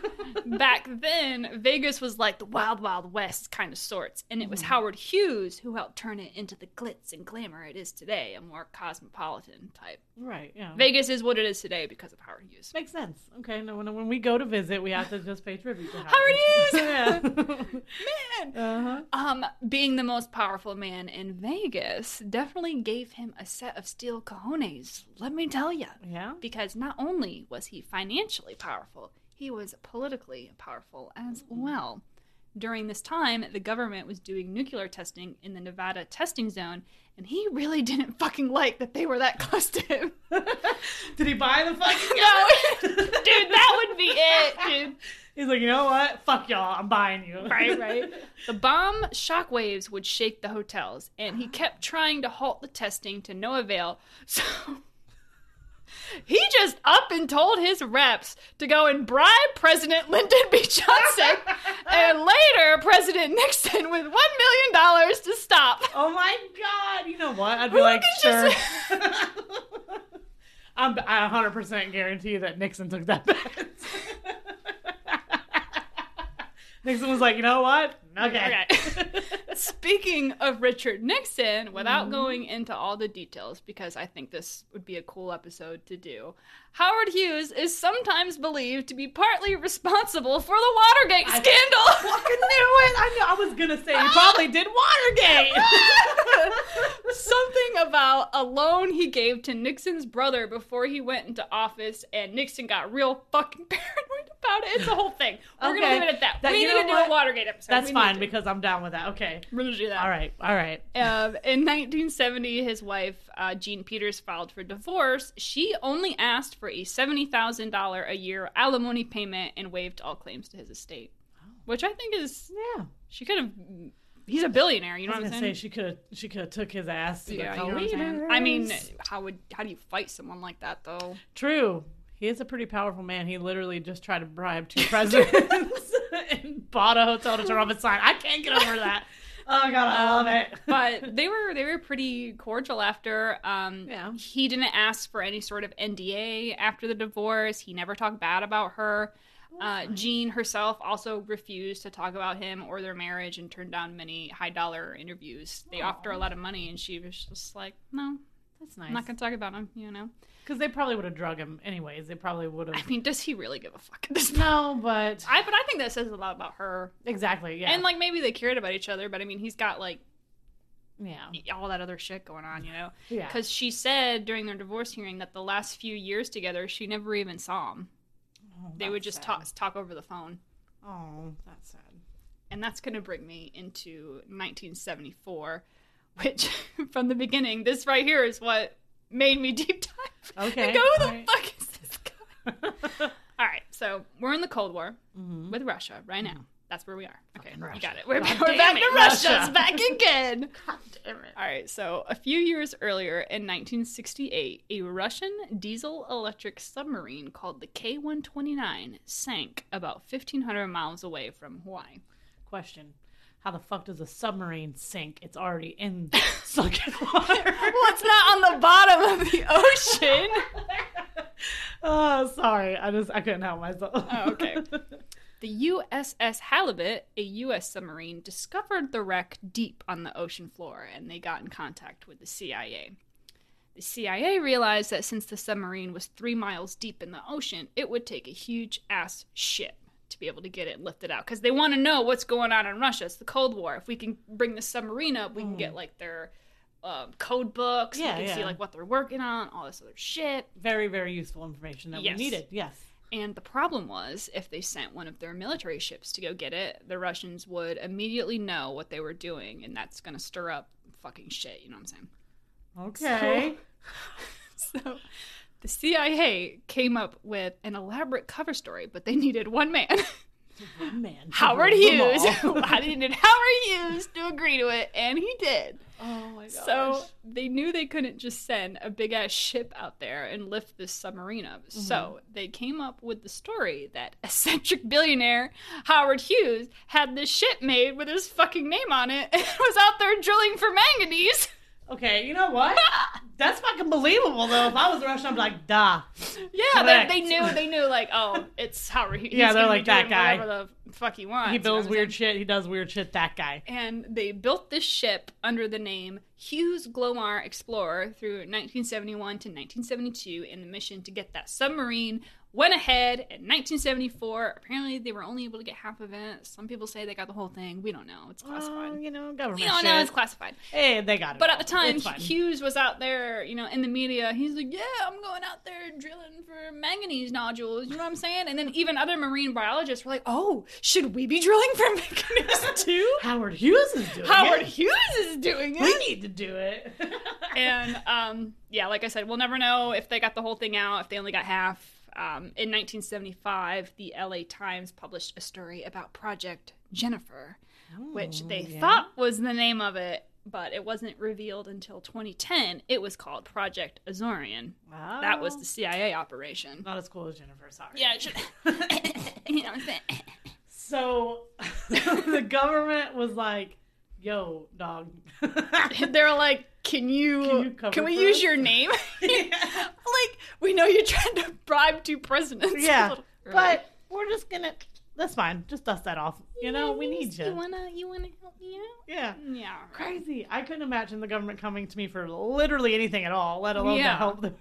Speaker 2: back then, Vegas was like the wild, wild west kind of sorts, and it was Howard Hughes who helped turn it into the glitz and glamour it is today, a more cosmopolitan type.
Speaker 3: right. Yeah.
Speaker 2: Vegas is what it is today because of Howard Hughes.
Speaker 3: Makes sense. Okay. No, when, when we go to visit, we have to just pay tribute to
Speaker 2: Howard
Speaker 3: Howard.
Speaker 2: Man,
Speaker 3: yeah. uh-huh.
Speaker 2: um, being the most powerful man in Vegas definitely gave him a set of steel cojones. Let me tell you,
Speaker 3: Yeah.
Speaker 2: because not only was he financially powerful, he was politically powerful as well. During this time, the government was doing nuclear testing in the Nevada testing zone, and he really didn't fucking like that they were that close to him.
Speaker 3: Did he buy the fucking?
Speaker 2: no, dude, that would be it, dude.
Speaker 3: He's like, you know what? Fuck y'all. I'm buying you.
Speaker 2: Right, right. The bomb shockwaves would shake the hotels, and he kept trying to halt the testing to no avail. So he just up and told his reps to go and bribe President Lyndon B. Johnson and later President Nixon with $1 million to stop.
Speaker 3: Oh my god! You know what? I'd be
Speaker 2: Who
Speaker 3: like,
Speaker 2: can
Speaker 3: sure. I'm, I 100% guarantee you that Nixon took that bet. Nixon was like, you know what? Okay.
Speaker 2: Okay. Speaking of Richard Nixon,
Speaker 3: Mm-hmm.
Speaker 2: without going into all the details, because I think this would be a cool episode to do, Howard Hughes is sometimes believed to be partly responsible for the Watergate
Speaker 3: I-
Speaker 2: scandal.
Speaker 3: Fucking knew it. I knew. I was gonna say you probably did Watergate.
Speaker 2: Something about a loan he gave to Nixon's brother before he went into office, and Nixon got real fucking paranoid about it. It's a whole thing. We're
Speaker 3: Okay.
Speaker 2: gonna leave it at that.
Speaker 3: That-
Speaker 2: we
Speaker 3: you
Speaker 2: need
Speaker 3: know
Speaker 2: to do
Speaker 3: what?
Speaker 2: a Watergate episode.
Speaker 3: That's
Speaker 2: We need
Speaker 3: fine
Speaker 2: to.
Speaker 3: because I'm down with that. Okay.
Speaker 2: We're gonna do that.
Speaker 3: All right. All right.
Speaker 2: Um, in 1970, his wife, uh, Jean Peters, filed for divorce. She only asked for a $70,000 a year alimony payment and waived all claims to his estate. Which I think is,
Speaker 3: Yeah.
Speaker 2: she could have, he's a billionaire, you know
Speaker 3: I was
Speaker 2: what I'm
Speaker 3: gonna say
Speaker 2: saying?
Speaker 3: she could have she could have took his ass to
Speaker 2: yeah,
Speaker 3: the
Speaker 2: you know what I'm saying?
Speaker 3: leaders.
Speaker 2: I mean, how would how do you fight someone like that though?
Speaker 3: True. He is a pretty powerful man. He literally just tried to bribe two presidents and bought a hotel to turn off his sign. I can't get over that. Oh god, I love it.
Speaker 2: But they were they were pretty cordial after. Um,
Speaker 3: Yeah.
Speaker 2: He didn't ask for any sort of NDA after the divorce. He never talked bad about her. Uh, Jean herself also refused to talk about him or their marriage and turned down many high dollar interviews. They offered her a lot of money and she was just like, no,
Speaker 3: That's
Speaker 2: I'm not
Speaker 3: nice.
Speaker 2: going to talk about him, you know?
Speaker 3: Because they probably would have drug him anyways. They probably would
Speaker 2: I
Speaker 3: have.
Speaker 2: mean, does he really give a fuck at this point?
Speaker 3: No, but
Speaker 2: I, but I think that says a lot about her.
Speaker 3: exactly. Yeah.
Speaker 2: And like maybe they cared about each other, but I mean, he's got like
Speaker 3: yeah.
Speaker 2: all that other shit going on, you know?
Speaker 3: Yeah.
Speaker 2: Because she said during their divorce hearing that the last few years together, she never even saw him.
Speaker 3: Oh
Speaker 2: they
Speaker 3: that's
Speaker 2: would just
Speaker 3: sad.
Speaker 2: talk talk over the phone.
Speaker 3: Oh, that's sad.
Speaker 2: And that's going to bring me into 1974, which from the beginning, this right here is what made me deep dive.
Speaker 3: Okay,
Speaker 2: And go, who the
Speaker 3: alright.
Speaker 2: fuck is this guy? All right, so we're in the Cold War
Speaker 3: Mm-hmm.
Speaker 2: with Russia right now. That's where we are. Okay,
Speaker 3: Fucking
Speaker 2: we
Speaker 3: Russia.
Speaker 2: got it. We're,
Speaker 3: God
Speaker 2: we're
Speaker 3: damn
Speaker 2: back
Speaker 3: it,
Speaker 2: to Russia.
Speaker 3: Russia.
Speaker 2: It's back again.
Speaker 3: God damn it.
Speaker 2: All right, so a few years earlier in 1968, a Russian diesel electric submarine called the K 129 sank about 1,500 miles away from Hawaii.
Speaker 3: Question. How the fuck does a submarine sink? It's already in sunken water.
Speaker 2: Well, it's not on the bottom of the ocean.
Speaker 3: oh, sorry. I just I couldn't help myself.
Speaker 2: Oh, okay. The USS Halibut, a U.S. submarine, discovered the wreck deep on the ocean floor and they got in contact with the CIA. The CIA realized that since the submarine was three miles deep in the ocean, it would take a huge ass ship to be able to get it lifted out because they want to know what's going on in Russia. It's the Cold War. If we can bring the submarine up, we can get like their um, code books.
Speaker 3: Yeah,
Speaker 2: we can see
Speaker 3: yeah.
Speaker 2: like what they're working on, all this other shit.
Speaker 3: Very, very useful information that
Speaker 2: Yes.
Speaker 3: we needed. Yes.
Speaker 2: And the problem was, if they sent one of their military ships to go get it, the Russians would immediately know what they were doing, and that's going to stir up fucking shit. You know what I'm saying?
Speaker 3: Okay.
Speaker 2: So the CIA came up with an elaborate cover story, but they needed one man,
Speaker 3: One oh, man. to
Speaker 2: Howard
Speaker 3: rule them
Speaker 2: Hughes.
Speaker 3: all.
Speaker 2: I needed Howard Hughes to agree to it, and he did.
Speaker 3: oh my gosh.
Speaker 2: So they knew they couldn't just send a big ass ship out there and lift this submarine up. So they came up with the story that eccentric billionaire Howard Hughes had this ship made with his fucking name on it and was out there drilling for manganese.
Speaker 3: Okay, you know what? That's fucking believable though. If I was Russian, I'd be like, da.
Speaker 2: Yeah, they, they
Speaker 3: Correct.
Speaker 2: knew they knew like oh it's Howard Hughes.
Speaker 3: Yeah,
Speaker 2: He's
Speaker 3: they're
Speaker 2: gonna be
Speaker 3: like, that
Speaker 2: doing
Speaker 3: guy.
Speaker 2: Whatever the fuck he wants.
Speaker 3: He
Speaker 2: you know
Speaker 3: builds
Speaker 2: what I'm saying?
Speaker 3: weird shit. He does weird shit. That guy.
Speaker 2: and they built this ship under the name Hughes Glomar Explorer through 1971 to 1972, and the mission to get that submarine went ahead in 1974. Apparently, they were only able to get half of it. Some people say they got the whole thing. We don't know. It's classified.
Speaker 3: Oh, you know, government
Speaker 2: we don't
Speaker 3: shit.
Speaker 2: know. It's classified.
Speaker 3: hey, they got it.
Speaker 2: But
Speaker 3: all.
Speaker 2: at the time,
Speaker 3: It's fine.
Speaker 2: Hughes was out there, you know, in the media. He's like, "Yeah, I'm going out there drilling for manganese nodules." You know what I'm saying? And then even other marine biologists were like, "Oh, should we be drilling for manganese too?"
Speaker 3: Howard Hughes is doing
Speaker 2: Howard
Speaker 3: it.
Speaker 2: Hughes is doing
Speaker 3: We
Speaker 2: it.
Speaker 3: need to do it.
Speaker 2: and um, yeah, like I said, we'll never know if they got the whole thing out, if they only got half. Um, in 1975, the LA Times published a story about Project Jennifer, which they
Speaker 3: yeah.
Speaker 2: thought was the name of it, but it wasn't revealed until 2010. It was called Project Azorian.
Speaker 3: Wow.
Speaker 2: That was the CIA operation.
Speaker 3: not as cool as Jennifer. Sorry.
Speaker 2: Yeah, it should- you know what I'm saying?
Speaker 3: So the government was like, "Yo, dog."
Speaker 2: They're like, can you
Speaker 3: Can you
Speaker 2: can,
Speaker 3: cover
Speaker 2: we
Speaker 3: for
Speaker 2: use
Speaker 3: us?"
Speaker 2: your name?
Speaker 3: yeah.
Speaker 2: like we know you tried to bribe two presidents.
Speaker 3: But we're just gonna. That's fine. Just dust that off. You know, we need
Speaker 2: You
Speaker 3: you.
Speaker 2: wanna you wanna help me out?
Speaker 3: Yeah.
Speaker 2: Yeah.
Speaker 3: Crazy. I couldn't imagine the government coming to me for literally anything at all, let alone
Speaker 2: Yeah.
Speaker 3: to help them.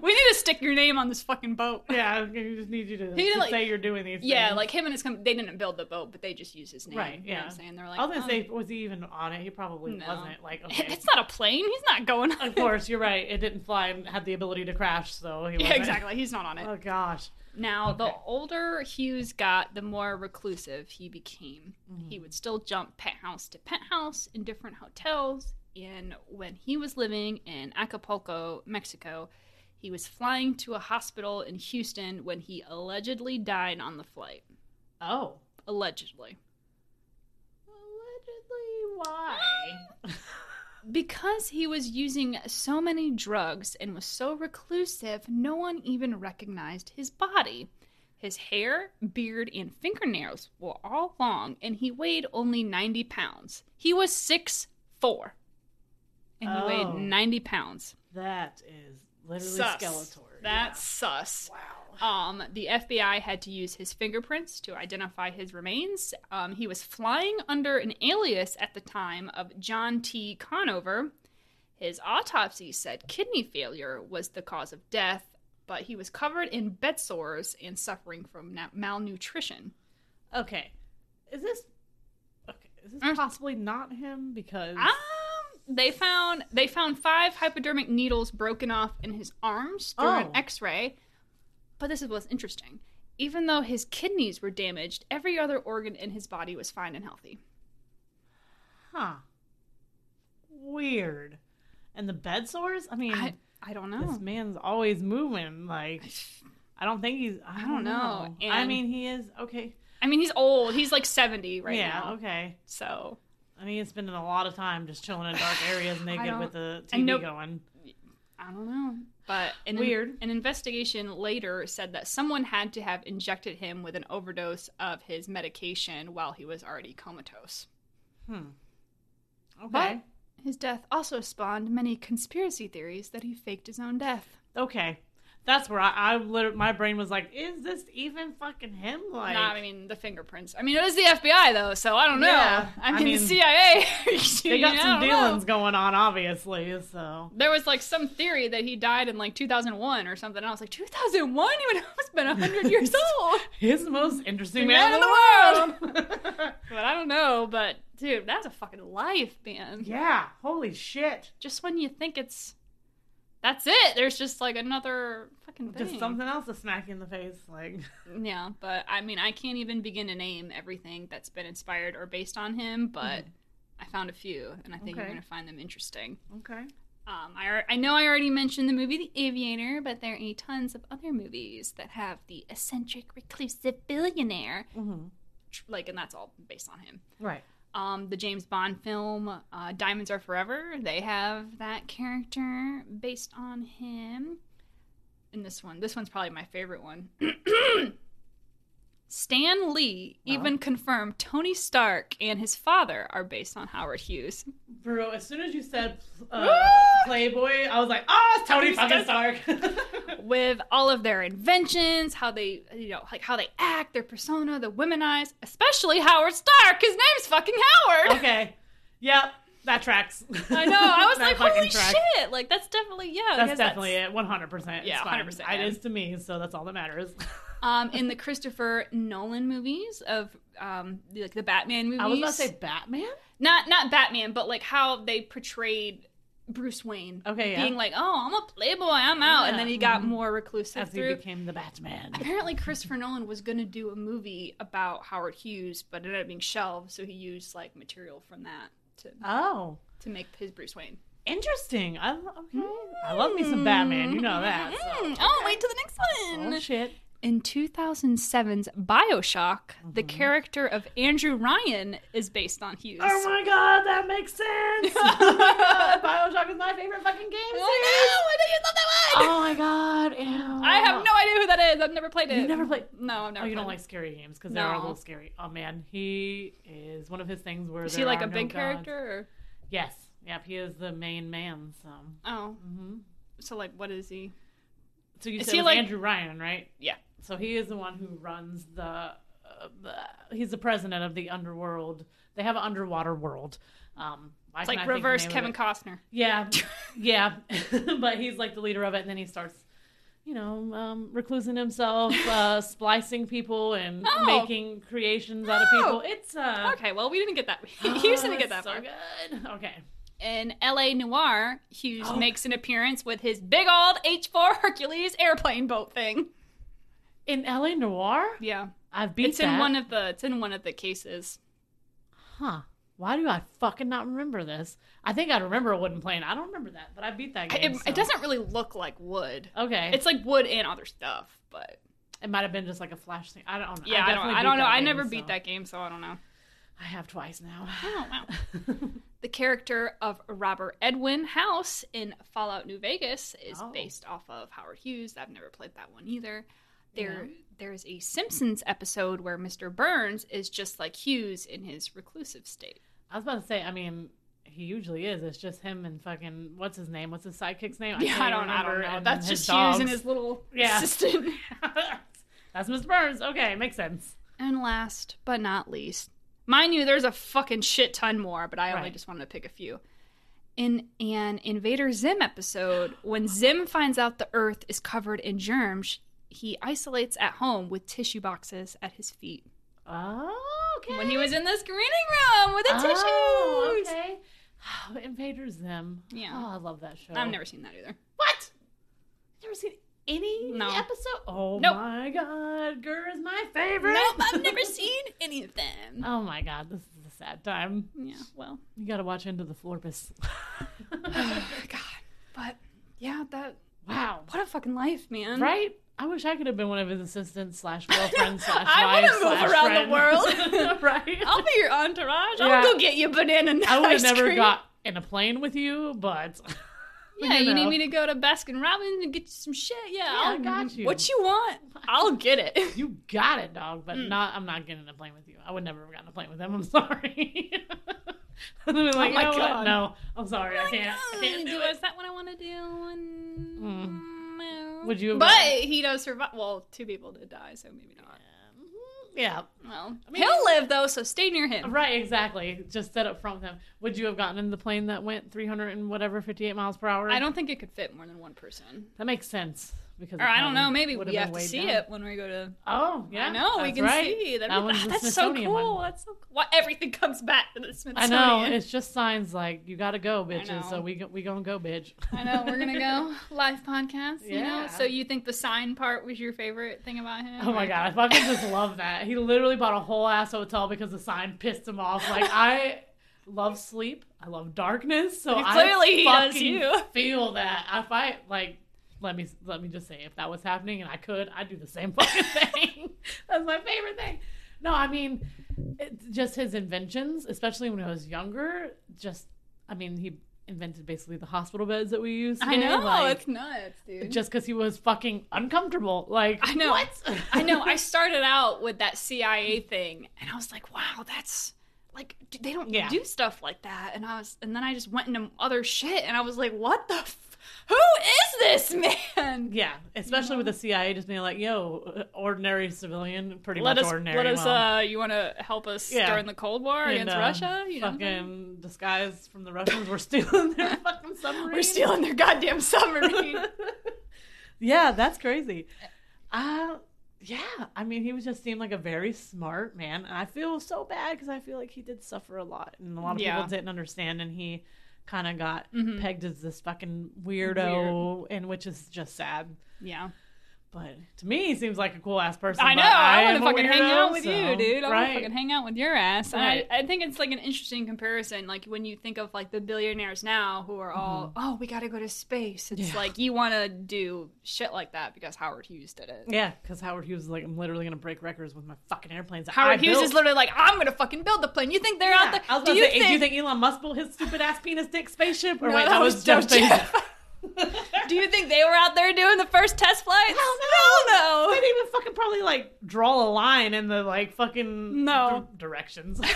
Speaker 2: We need to stick your name on this fucking boat.
Speaker 3: yeah, I just need you to,
Speaker 2: did,
Speaker 3: to
Speaker 2: like-
Speaker 3: say you're doing these.
Speaker 2: Yeah,
Speaker 3: things.
Speaker 2: like him and his company, they didn't build the boat, but they just use his name.
Speaker 3: Right,
Speaker 2: You know what
Speaker 3: yeah.
Speaker 2: I'm saying? They're like,
Speaker 3: I was gonna
Speaker 2: oh,
Speaker 3: say, was he even on it? He probably
Speaker 2: No.
Speaker 3: wasn't. Like, okay.
Speaker 2: it's not a plane. He's not going on
Speaker 3: of
Speaker 2: it.
Speaker 3: course, you're right. It didn't fly and had the ability to crash, so he.
Speaker 2: Yeah,
Speaker 3: wasn't.
Speaker 2: exactly. He's not on it.
Speaker 3: Oh gosh.
Speaker 2: Now, the
Speaker 3: Okay.
Speaker 2: older Hughes got, the more reclusive he became. He
Speaker 3: Mm.
Speaker 2: would still jump penthouse to penthouse in different hotels. And when he was living in Acapulco, Mexico, he was flying to a hospital in Houston when he allegedly died on the flight.
Speaker 3: Oh.
Speaker 2: Allegedly.
Speaker 3: Allegedly, why?
Speaker 2: Because he was using so many drugs and was so reclusive, no one even recognized his body. His hair, beard, and fingernails were all long, and he weighed only 90 pounds. He was six four, and he
Speaker 3: Oh.
Speaker 2: weighed 90 pounds.
Speaker 3: That is literally
Speaker 2: Sus.
Speaker 3: Skeletor.
Speaker 2: That's sus.
Speaker 3: Yeah. wow.
Speaker 2: Um, the FBI had to use his fingerprints to identify his remains. Um, he was flying under an alias at the time of John T. Conover. His autopsy said kidney failure was the cause of death, but he was covered in bed sores and suffering from na- malnutrition.
Speaker 3: Okay. Is this okay, is this
Speaker 2: Mm.
Speaker 3: possibly not him because
Speaker 2: Um, they found they found five hypodermic needles broken off in his arms through an
Speaker 3: Oh.
Speaker 2: X-ray, But this is what's interesting. Even though his kidneys were damaged, every other organ in his body was fine and healthy.
Speaker 3: Huh. Weird. And the bed sores? I mean,
Speaker 2: I, I don't know.
Speaker 3: this man's always moving. Like, I don't think he's. I don't,
Speaker 2: don't know.
Speaker 3: know. I
Speaker 2: And-
Speaker 3: mean, he is okay.
Speaker 2: I mean, he's old. He's like 70 right
Speaker 3: yeah.
Speaker 2: now.
Speaker 3: Okay.
Speaker 2: So,
Speaker 3: I mean, he's spending a lot of time just chilling in dark areas naked
Speaker 2: don't-
Speaker 3: with the
Speaker 2: I
Speaker 3: TV
Speaker 2: know-
Speaker 3: going.
Speaker 2: I don't know. But an,
Speaker 3: Weird.
Speaker 2: an investigation later said that someone had to have injected him with an overdose of his medication while he was already comatose.
Speaker 3: Okay.
Speaker 2: His death also spawned many conspiracy theories that he faked his own death.
Speaker 3: Okay. That's where I, I literally, my brain was like, is this even fucking him? Like,
Speaker 2: Nah, I mean the fingerprints. I mean it is the FBI though, so I don't know.
Speaker 3: Yeah,
Speaker 2: I,
Speaker 3: I
Speaker 2: mean,
Speaker 3: mean,
Speaker 2: the CIA.
Speaker 3: they got some dealings
Speaker 2: Know.
Speaker 3: going on, obviously. So,
Speaker 2: There was like some theory that he died in like 2001 or something. And I was like, 2001? He would have almost been 100 years old.
Speaker 3: his most interesting
Speaker 2: Man
Speaker 3: man,
Speaker 2: in
Speaker 3: in the world.
Speaker 2: But I don't know. But dude, that's a fucking life, man.
Speaker 3: yeah. Holy shit.
Speaker 2: Just when you think it's, that's it. There's just like another fucking thing.
Speaker 3: Just something else to smack you in the face. Like,
Speaker 2: Yeah, but I mean, I can't even begin to name everything that's been inspired or based on him, but I found a few, and I think you're
Speaker 3: Okay.
Speaker 2: going to find them interesting.
Speaker 3: okay.
Speaker 2: Um, I, al- I know I already mentioned the movie The Aviator, but there are tons of other movies that have the eccentric, reclusive billionaire,
Speaker 3: Mhm.
Speaker 2: tr- like, and that's all based on him.
Speaker 3: Right.
Speaker 2: Um, the James Bond film uh, Diamonds Are Forever, they have that character based on him. And this one, this one's probably my favorite one. Stan Lee even confirmed Tony Stark and his father are based on Howard Hughes.
Speaker 3: Bro, as soon as you said uh, Playboy, I was like, oh, it's Tony fucking Stark.
Speaker 2: with all of their inventions, how they, you know, like how they act, their persona, the womenized, especially Howard Stark. His name's fucking Howard.
Speaker 3: okay. Yep. That tracks.
Speaker 2: I know. I was
Speaker 3: That
Speaker 2: like,
Speaker 3: fucking
Speaker 2: holy
Speaker 3: tracks.
Speaker 2: shit! Like that's definitely yeah.
Speaker 3: That's
Speaker 2: because
Speaker 3: definitely it. 100%.
Speaker 2: Yeah,
Speaker 3: It's fine.
Speaker 2: 100%,
Speaker 3: It
Speaker 2: man.
Speaker 3: is to me, so that's all that matters.
Speaker 2: Um, in the Christopher Nolan movies of um, the- like the Batman movies,
Speaker 3: I was about to say Batman?
Speaker 2: not not Batman, but like how they portrayed Bruce Wayne.
Speaker 3: Okay, yeah.
Speaker 2: Being like, oh, I'm a playboy, I'm out, and
Speaker 3: Yeah,
Speaker 2: then he got
Speaker 3: mhm.
Speaker 2: more reclusive
Speaker 3: As he
Speaker 2: through.
Speaker 3: became the Batman.
Speaker 2: Apparently, Christopher Nolan was going to do a movie about Howard Hughes, but it ended up being shelved, so he used like material from that to
Speaker 3: Oh.
Speaker 2: to make his Bruce Wayne.
Speaker 3: Interesting. I, lo- okay. I love me some Batman. You know that. so.
Speaker 2: Mm, Oh, wait till the next one.
Speaker 3: Oh, shit.
Speaker 2: In 2007's Bioshock,
Speaker 3: Mm-hmm.
Speaker 2: the character of Andrew Ryan is based on Hughes.
Speaker 3: Oh my god, that makes sense! Bioshock is my favorite fucking game
Speaker 2: I know!
Speaker 3: series.
Speaker 2: Oh, I know you love that one!
Speaker 3: Oh my god, ew.
Speaker 2: I have no idea who that is. I've never played it.
Speaker 3: You've Oh, never played.
Speaker 2: No, I've never.
Speaker 3: Oh, you don't
Speaker 2: played
Speaker 3: like
Speaker 2: it.
Speaker 3: scary games because they're a
Speaker 2: No.
Speaker 3: little scary. Oh man, he is one of his things where
Speaker 2: Is
Speaker 3: there
Speaker 2: he like
Speaker 3: are
Speaker 2: a
Speaker 3: Oh, no
Speaker 2: big
Speaker 3: gods.
Speaker 2: character? Or...
Speaker 3: Yes. Yep. He is the main man. So.
Speaker 2: Oh,
Speaker 3: hmm
Speaker 2: so like, what is he?
Speaker 3: So you
Speaker 2: Is
Speaker 3: said
Speaker 2: he
Speaker 3: it was
Speaker 2: like-
Speaker 3: Andrew Ryan, right?
Speaker 2: Yeah.
Speaker 3: So he is the one who runs the. Uh, the he's the president of the underworld. They have an underwater world. Um, why can I
Speaker 2: It's like
Speaker 3: think of the
Speaker 2: reverse
Speaker 3: name of
Speaker 2: Kevin
Speaker 3: it?
Speaker 2: Costner.
Speaker 3: Yeah, yeah. but he's like the leader of it, and then he starts, you know, um, reclusing himself, uh, splicing people, and
Speaker 2: No.
Speaker 3: making creations out of people. It's uh,
Speaker 2: Oh! Okay, well, we didn't get that.
Speaker 3: oh,
Speaker 2: Hughes didn't get that
Speaker 3: it's so
Speaker 2: far.
Speaker 3: good. Okay,
Speaker 2: In L.A. Noir, Hughes
Speaker 3: Oh.
Speaker 2: makes an appearance with his big old H4 Hercules airplane boat thing.
Speaker 3: in L.A. Noir,
Speaker 2: Yeah,
Speaker 3: I've beat
Speaker 2: it's in
Speaker 3: that.
Speaker 2: one of the it's in one of the cases.
Speaker 3: huh? Why do I fucking not remember this? I think I remember Wooden Plane. I don't remember that, but I beat that game.
Speaker 2: It,
Speaker 3: so-
Speaker 2: it doesn't really look like wood.
Speaker 3: Okay,
Speaker 2: It's like wood and other stuff, but
Speaker 3: it might have been just like a flash thing. I don't know.
Speaker 2: yeah, I, don't
Speaker 3: definitely
Speaker 2: I
Speaker 3: beat
Speaker 2: don't know.
Speaker 3: that
Speaker 2: I
Speaker 3: game,
Speaker 2: never
Speaker 3: so-
Speaker 2: beat that game, so I don't know.
Speaker 3: I have twice now.
Speaker 2: Oh, wow. the character of Robert Edwin House in Fallout New Vegas is
Speaker 3: Oh.
Speaker 2: based off of Howard Hughes. I've never played that one either. There, there's a Simpsons episode where Mr. Burns is just like Hughes in his reclusive state.
Speaker 3: I was about to say, I mean, he usually is. It's just him and fucking what's his name? What's his sidekick's name?
Speaker 2: Yeah,
Speaker 3: can't
Speaker 2: I
Speaker 3: even
Speaker 2: don't, I don't
Speaker 3: remember.
Speaker 2: know.
Speaker 3: And
Speaker 2: That's
Speaker 3: his
Speaker 2: just
Speaker 3: dogs.
Speaker 2: Hughes and his little
Speaker 3: Yeah.
Speaker 2: assistant.
Speaker 3: That's Miss Burns. Okay, makes sense.
Speaker 2: And last but not least, mind you, there's a fucking shit ton more, but I only
Speaker 3: Right.
Speaker 2: just wanted to pick a few. In an Invader Zim episode, when Zim finds out the Earth is covered in germs, he isolates at home with tissue boxes at his feet.
Speaker 3: Oh, okay.
Speaker 2: When he was in the screening room with the
Speaker 3: oh,
Speaker 2: tissues.
Speaker 3: okay. Oh, invaders them.
Speaker 2: Yeah.
Speaker 3: Oh, I love that show.
Speaker 2: I've never seen that either.
Speaker 3: What? Never seen any
Speaker 2: No.
Speaker 3: episode? Oh
Speaker 2: Nope.
Speaker 3: my god, Gur is my favorite.
Speaker 1: Nope, I've never seen any of them.
Speaker 3: Oh my god, this is a sad time.
Speaker 2: Yeah, well,
Speaker 3: You gotta watch Into the Florpus.
Speaker 2: God. But yeah, that
Speaker 3: wow.
Speaker 2: what a fucking life, man.
Speaker 3: Right? I wish I could have been one of his assistants slash girlfriends slash
Speaker 2: I wanna
Speaker 3: wives
Speaker 2: move
Speaker 3: slash
Speaker 2: around the
Speaker 3: friend. right?
Speaker 2: I'll be your entourage.
Speaker 3: Yeah.
Speaker 2: I'll go get you banana. And
Speaker 3: I would have
Speaker 2: ice
Speaker 3: never
Speaker 2: cream.
Speaker 3: got in a plane with you, but
Speaker 2: Yeah,
Speaker 3: you
Speaker 2: you
Speaker 3: know.
Speaker 2: need me to go to Baskin Robbins and get you some shit. Yeah,
Speaker 3: Yeah, I
Speaker 2: I'll
Speaker 3: got you.
Speaker 2: What you want? I'll get it.
Speaker 3: you got it, dog. But
Speaker 2: Mm.
Speaker 3: not. I'm not getting in a plane with you. I would never have gotten in a plane with him. I'm sorry. I'd be like,
Speaker 2: Oh my
Speaker 3: "You know what?
Speaker 2: God.
Speaker 3: no, I'm sorry, I can't. I
Speaker 2: Mm,
Speaker 3: can't do it.
Speaker 2: Is
Speaker 3: Hmm.
Speaker 2: that what I want to do? And- no.
Speaker 3: Would you have-
Speaker 2: But he does survive. Well, two people did die, so maybe not.
Speaker 3: Yeah,
Speaker 2: Well,
Speaker 3: mean-
Speaker 2: he'll live though, so stay near him.
Speaker 3: right. Exactly. Just set up front with him. Would you have gotten in the plane that went 300 and whatever 58 miles per hour?
Speaker 2: I don't think it could fit more than one person.
Speaker 3: That makes sense because
Speaker 2: Or I don't know. Maybe
Speaker 3: would
Speaker 2: we have to see
Speaker 3: down.
Speaker 2: it when we go to.
Speaker 3: Oh, yeah.
Speaker 2: I know we
Speaker 3: that's
Speaker 2: can
Speaker 3: right.
Speaker 2: see. That'd
Speaker 3: That
Speaker 2: be-
Speaker 3: one's the
Speaker 2: that's so
Speaker 3: Smithsonian
Speaker 2: cool.
Speaker 3: one.
Speaker 2: That's so cool. Why everything comes back to the
Speaker 3: I
Speaker 2: Smithsonian.
Speaker 3: know. It's just signs like you gotta go, bitches.
Speaker 2: know.
Speaker 3: So we go, we gonna go, bitch.
Speaker 2: I know we're gonna go live podcast. You
Speaker 3: Yeah.
Speaker 2: know, so you think the sign part was your favorite thing about him?
Speaker 3: Oh my
Speaker 2: or-
Speaker 3: god, I fucking just love that. He literally bought a whole ass hotel because the sign pissed him off. Like I love sleep, I love darkness, so
Speaker 2: And
Speaker 3: I
Speaker 2: clearly he does
Speaker 3: fucking
Speaker 2: you.
Speaker 3: feel that. If I like, let me let me just say, if that was happening and I could, I'd do the same fucking thing. That's my favorite thing. No, I mean, it's just his inventions, especially when I was younger. Just, I mean, he invented basically the hospital beds that we use.
Speaker 2: I
Speaker 3: today,
Speaker 2: know
Speaker 3: like,
Speaker 2: it's nuts, dude.
Speaker 3: just because he was fucking uncomfortable. Like
Speaker 2: I know.
Speaker 3: what?
Speaker 2: I know. I started out with that CIA thing, and I was like, "Wow, that's like d- they don't
Speaker 3: Yeah.
Speaker 2: do stuff like that." And I was, and then I just went into other shit, and I was like, "What the? F- who is this man?"
Speaker 3: Yeah, especially with the CIA just being like, "Yo, ordinary civilian, pretty
Speaker 2: let
Speaker 3: much
Speaker 2: us,
Speaker 3: ordinary."
Speaker 2: let us.
Speaker 3: well,
Speaker 2: Uh, you want to help us
Speaker 3: Yeah.
Speaker 2: during the Cold War
Speaker 3: and,
Speaker 2: against
Speaker 3: uh,
Speaker 2: Russia? You know,
Speaker 3: fucking disguise from the Russians. We're stealing their fucking submarine.
Speaker 2: we're stealing their goddamn submarine.
Speaker 3: yeah, that's crazy. Uh, yeah, I mean, he was just seemed like a very smart man, and I feel so bad because I feel like he did suffer a lot, and a lot of
Speaker 2: Yeah.
Speaker 3: people didn't understand, and he kind of got
Speaker 2: Mhm.
Speaker 3: pegged as this fucking weirdo, and which is just sad.
Speaker 2: yeah.
Speaker 3: But to me, he seems like a cool ass person.
Speaker 2: I
Speaker 3: but
Speaker 2: know. I,
Speaker 3: am
Speaker 2: want
Speaker 3: a
Speaker 2: to fucking hang
Speaker 3: weirdo,
Speaker 2: out with
Speaker 3: so-
Speaker 2: you, dude. I want
Speaker 3: right.
Speaker 2: to fucking hang out with your ass. And
Speaker 3: Right.
Speaker 2: I, I think it's like an interesting comparison. Like when you think of like the billionaires now who are all, oh, we got to go to space. It's
Speaker 3: Mm-hmm. Yeah.
Speaker 2: like you want to do shit like that because Howard Hughes did it.
Speaker 3: Yeah, because Howard Hughes is like, I'm literally gonna break records with my fucking airplanes. that
Speaker 2: Howard
Speaker 3: I
Speaker 2: Hughes
Speaker 3: built."
Speaker 2: is literally like, I'm going to fucking build the plane. You think they're
Speaker 3: Yeah,
Speaker 2: out there?
Speaker 3: I was
Speaker 2: do,
Speaker 3: about
Speaker 2: you
Speaker 3: to say, do you think Elon Musk built his stupid ass penis dick spaceship? Or
Speaker 2: No,
Speaker 3: wait, that, was, Jeff Bezos.
Speaker 2: do you think they were out there doing the first test flights?
Speaker 3: Hell
Speaker 2: no.
Speaker 3: They didn't even fucking probably like draw a line in the like fucking
Speaker 2: No.
Speaker 3: dir- directions.
Speaker 2: no.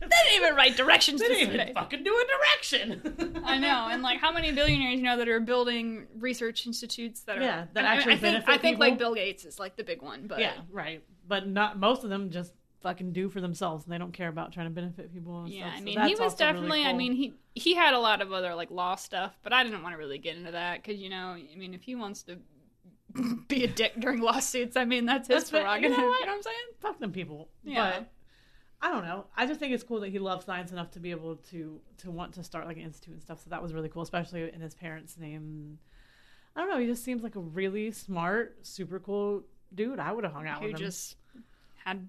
Speaker 2: They didn't even write directions
Speaker 3: they
Speaker 2: to
Speaker 3: didn't even
Speaker 2: space.
Speaker 3: fucking do a direction.
Speaker 2: I know, and like how many billionaires you know that are building research institutes that are
Speaker 3: Yeah, that
Speaker 2: I mean,
Speaker 3: actually
Speaker 2: I think,
Speaker 3: benefit
Speaker 2: I think
Speaker 3: people.
Speaker 2: like Bill Gates is like the big one, but
Speaker 3: yeah, right. But not most of them just fucking do for themselves, and they don't care about trying to benefit people. And
Speaker 2: yeah,
Speaker 3: stuff.
Speaker 2: I
Speaker 3: So
Speaker 2: mean he
Speaker 3: that's
Speaker 2: was
Speaker 3: also really
Speaker 2: definitely. I
Speaker 3: cool.
Speaker 2: mean he he had a lot of other like law stuff, but I didn't want to really get into that because you know I mean if he wants to be a dick during lawsuits, I mean that's his
Speaker 3: That's what- you know
Speaker 2: prerogative. You know,
Speaker 3: what?
Speaker 2: what I'm saying?
Speaker 3: fuck them people.
Speaker 2: Yeah.
Speaker 3: But I don't know. I just think it's cool that he loves science enough to be able to to want to start like an institute and stuff. So that was really cool, especially in his parents' name. I don't know. He just seems like a really smart, super cool dude. I would have hung out
Speaker 2: Who
Speaker 3: with him.
Speaker 2: just had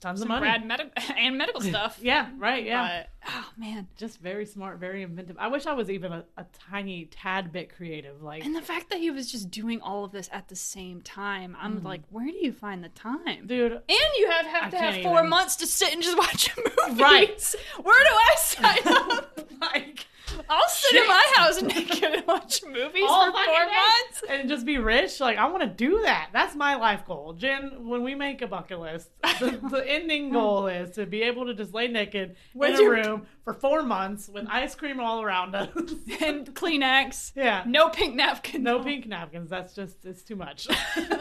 Speaker 3: Tons of
Speaker 2: some
Speaker 3: money.
Speaker 2: rad med- and medical stuff?
Speaker 3: yeah, right. Yeah.
Speaker 2: But, oh man,
Speaker 3: Just very smart, very inventive. I wish I was even a, a tiny tad bit creative. Like,
Speaker 2: and the fact that he was just doing all of this at the same time, I'm
Speaker 3: Mm-hmm.
Speaker 2: like, where do you find the time?
Speaker 3: dude,
Speaker 2: And you have,
Speaker 3: I
Speaker 2: have to
Speaker 3: can't
Speaker 2: have four
Speaker 3: even.
Speaker 2: months to sit and just watch a movie.
Speaker 3: Right.
Speaker 2: Where do I sign up?
Speaker 3: like
Speaker 2: I'll sit in my house naked and watch movies
Speaker 3: all
Speaker 2: for
Speaker 3: fucking
Speaker 2: four
Speaker 3: day
Speaker 2: months.
Speaker 3: and just be rich. Like I want to do that. That's my life goal, Jen. When we make a bucket list, the, the ending goal is to be able to just lay naked
Speaker 2: With
Speaker 3: in a
Speaker 2: your-
Speaker 3: room for four months with ice cream all around us.
Speaker 2: And Kleenex.
Speaker 3: yeah,
Speaker 2: No pink napkin.
Speaker 3: no pink napkins. That's just it's too much.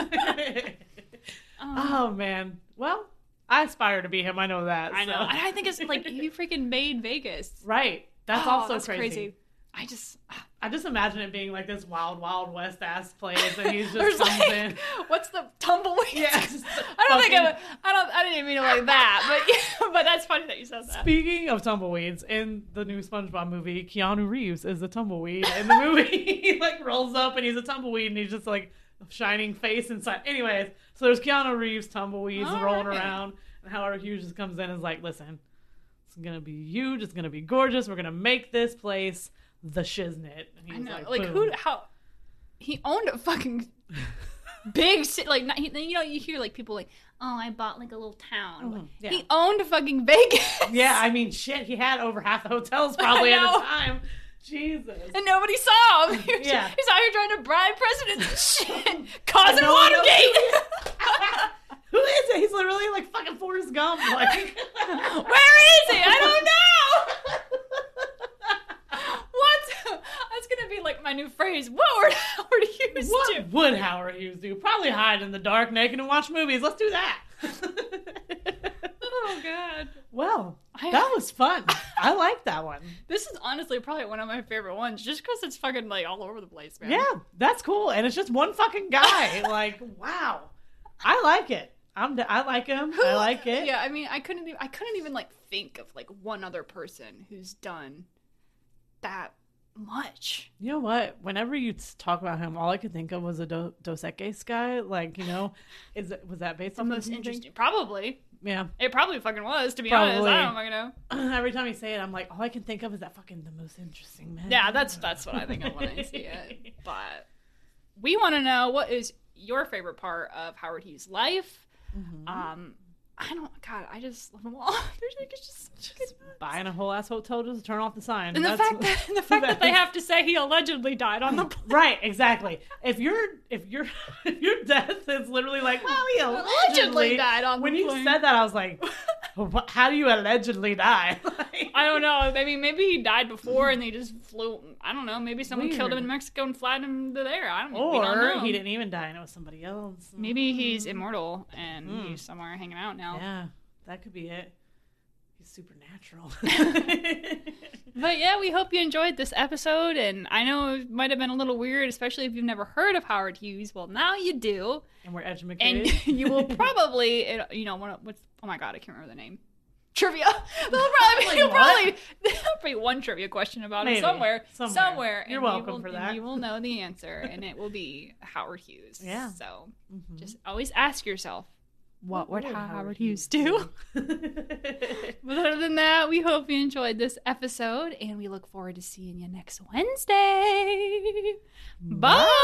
Speaker 3: oh man. Well, I aspire to be him. I know that.
Speaker 2: I know.
Speaker 3: so.
Speaker 2: And I think it's like you freaking made Vegas.
Speaker 3: Right. That's
Speaker 2: Oh,
Speaker 3: also
Speaker 2: that's
Speaker 3: crazy.
Speaker 2: I just, ah,
Speaker 3: I just imagine it being like this wild, wild west ass place, and he's just
Speaker 1: There's
Speaker 3: comes
Speaker 1: like-
Speaker 3: in.
Speaker 1: What's the tumbleweed?
Speaker 3: Yeah, just
Speaker 1: I don't think I,
Speaker 3: fucking-
Speaker 1: would- I don't. I didn't mean it like that, but
Speaker 2: but that's funny that you said that.
Speaker 3: Speaking of tumbleweeds, in the new SpongeBob movie, Keanu Reeves is a tumbleweed. In the movie, he like rolls up and he's a tumbleweed, and he's just like a shining face inside. Anyways, so there's Keanu Reeves tumbleweeds
Speaker 2: All
Speaker 3: rolling
Speaker 2: right.
Speaker 3: around, and Howard Hughes just comes in and is like, "Listen, it's gonna be huge. It's gonna be gorgeous. We're gonna make this place the shiznit." And
Speaker 2: I
Speaker 3: he's
Speaker 2: know, like,
Speaker 3: "Boom."
Speaker 2: who? How? He owned a fucking big city. Like not, he, you know, you hear like people like, oh, I bought like a little town.
Speaker 3: Mhm,
Speaker 2: Like,
Speaker 3: yeah.
Speaker 2: He owned a fucking Vegas.
Speaker 3: Yeah, I mean, shit, he had over half the hotels probably at
Speaker 2: know.
Speaker 3: a time. Jesus.
Speaker 2: And nobody saw him. He was-
Speaker 3: Yeah.
Speaker 2: He's out here trying to bribe presidents and shit, causing
Speaker 3: And no one
Speaker 2: Watergate.
Speaker 3: Who is it? He's literally like fucking Forrest Gump. Like,
Speaker 2: Where is he? I don't know. What? That's gonna be like my new phrase. What were Howard Hughes
Speaker 3: What
Speaker 2: do?
Speaker 3: would Howard Hughes do? Probably hide in the dark naked and watch movies. Let's do that.
Speaker 2: Oh god.
Speaker 3: well,
Speaker 2: I-
Speaker 3: that was fun. I like that one.
Speaker 2: This is honestly probably one of my favorite ones, just because it's fucking like all over the place, man.
Speaker 3: Yeah, that's cool. And it's just one fucking guy. like, wow. I like it. I'm d- I like him. I like it.
Speaker 2: Yeah, I mean, I couldn't, even, I couldn't even like think of like one other person who's done that much.
Speaker 3: You know what? Whenever you t- talk about him, all I could think of was a do- Dos Equis guy. Like, you know, is it, was that based
Speaker 2: The
Speaker 3: on
Speaker 2: most
Speaker 3: something?
Speaker 2: interesting, probably.
Speaker 3: Yeah.
Speaker 2: It probably fucking was, to be honest.
Speaker 3: Probably.
Speaker 2: I don't fucking know.
Speaker 3: Every time you say it, I'm like, all I can think of is that fucking the most interesting man.
Speaker 2: Yeah, that's that's what I think I want to see it. But we want to know what is your favorite part of Howard Hughes' life.
Speaker 3: Mhm.
Speaker 2: Um, I don't. God, I just love them all. There's like it's just, just
Speaker 3: buying a whole ass hotel just to turn off the sign.
Speaker 2: and the
Speaker 3: That's-
Speaker 2: fact that the fact that they
Speaker 3: that's-
Speaker 2: have to say he allegedly died on the plane.
Speaker 3: right, exactly. If your if your if your death is literally like, well, he allegedly,
Speaker 2: allegedly died on
Speaker 3: When
Speaker 2: the
Speaker 3: you
Speaker 2: plane.
Speaker 3: said that, I was like, what, how do you allegedly die? Like-
Speaker 2: I don't know. Maybe maybe he died before and they just flew. I don't know. Maybe someone killed him
Speaker 3: Weird.
Speaker 2: in Mexico and flied him to there. I don't, we don't know.
Speaker 3: or he didn't even die, and it was somebody else.
Speaker 2: Maybe he's immortal and
Speaker 3: Mm.
Speaker 2: he's somewhere hanging out now.
Speaker 3: Mm-hmm. Yeah, that could be it. He's supernatural.
Speaker 2: But yeah, we hope you enjoyed this episode. And I know it might have been a little weird, especially if you've never heard of Howard Hughes. Well, now you do.
Speaker 3: and we're educated.
Speaker 2: And you will probably, it- you know, wanna- what's, oh my God, I can't remember the name. Trivia. There'll probably,
Speaker 3: Like
Speaker 2: you'll
Speaker 3: what?
Speaker 2: probably, there'll be one trivia question about
Speaker 3: Maybe.
Speaker 2: it somewhere.
Speaker 3: Somewhere.
Speaker 2: Somewhere.
Speaker 3: You're
Speaker 2: and you
Speaker 3: welcome
Speaker 2: will-
Speaker 3: for
Speaker 2: and
Speaker 3: that.
Speaker 2: you will know the answer, and it will be Howard Hughes.
Speaker 3: Yeah.
Speaker 2: So
Speaker 3: Mhm.
Speaker 2: just always ask yourself, Mm-hmm. what would Howard, Hughes do?
Speaker 3: do?
Speaker 2: But other than that, we hope you enjoyed this episode and we look forward to seeing you next Wednesday. Bye.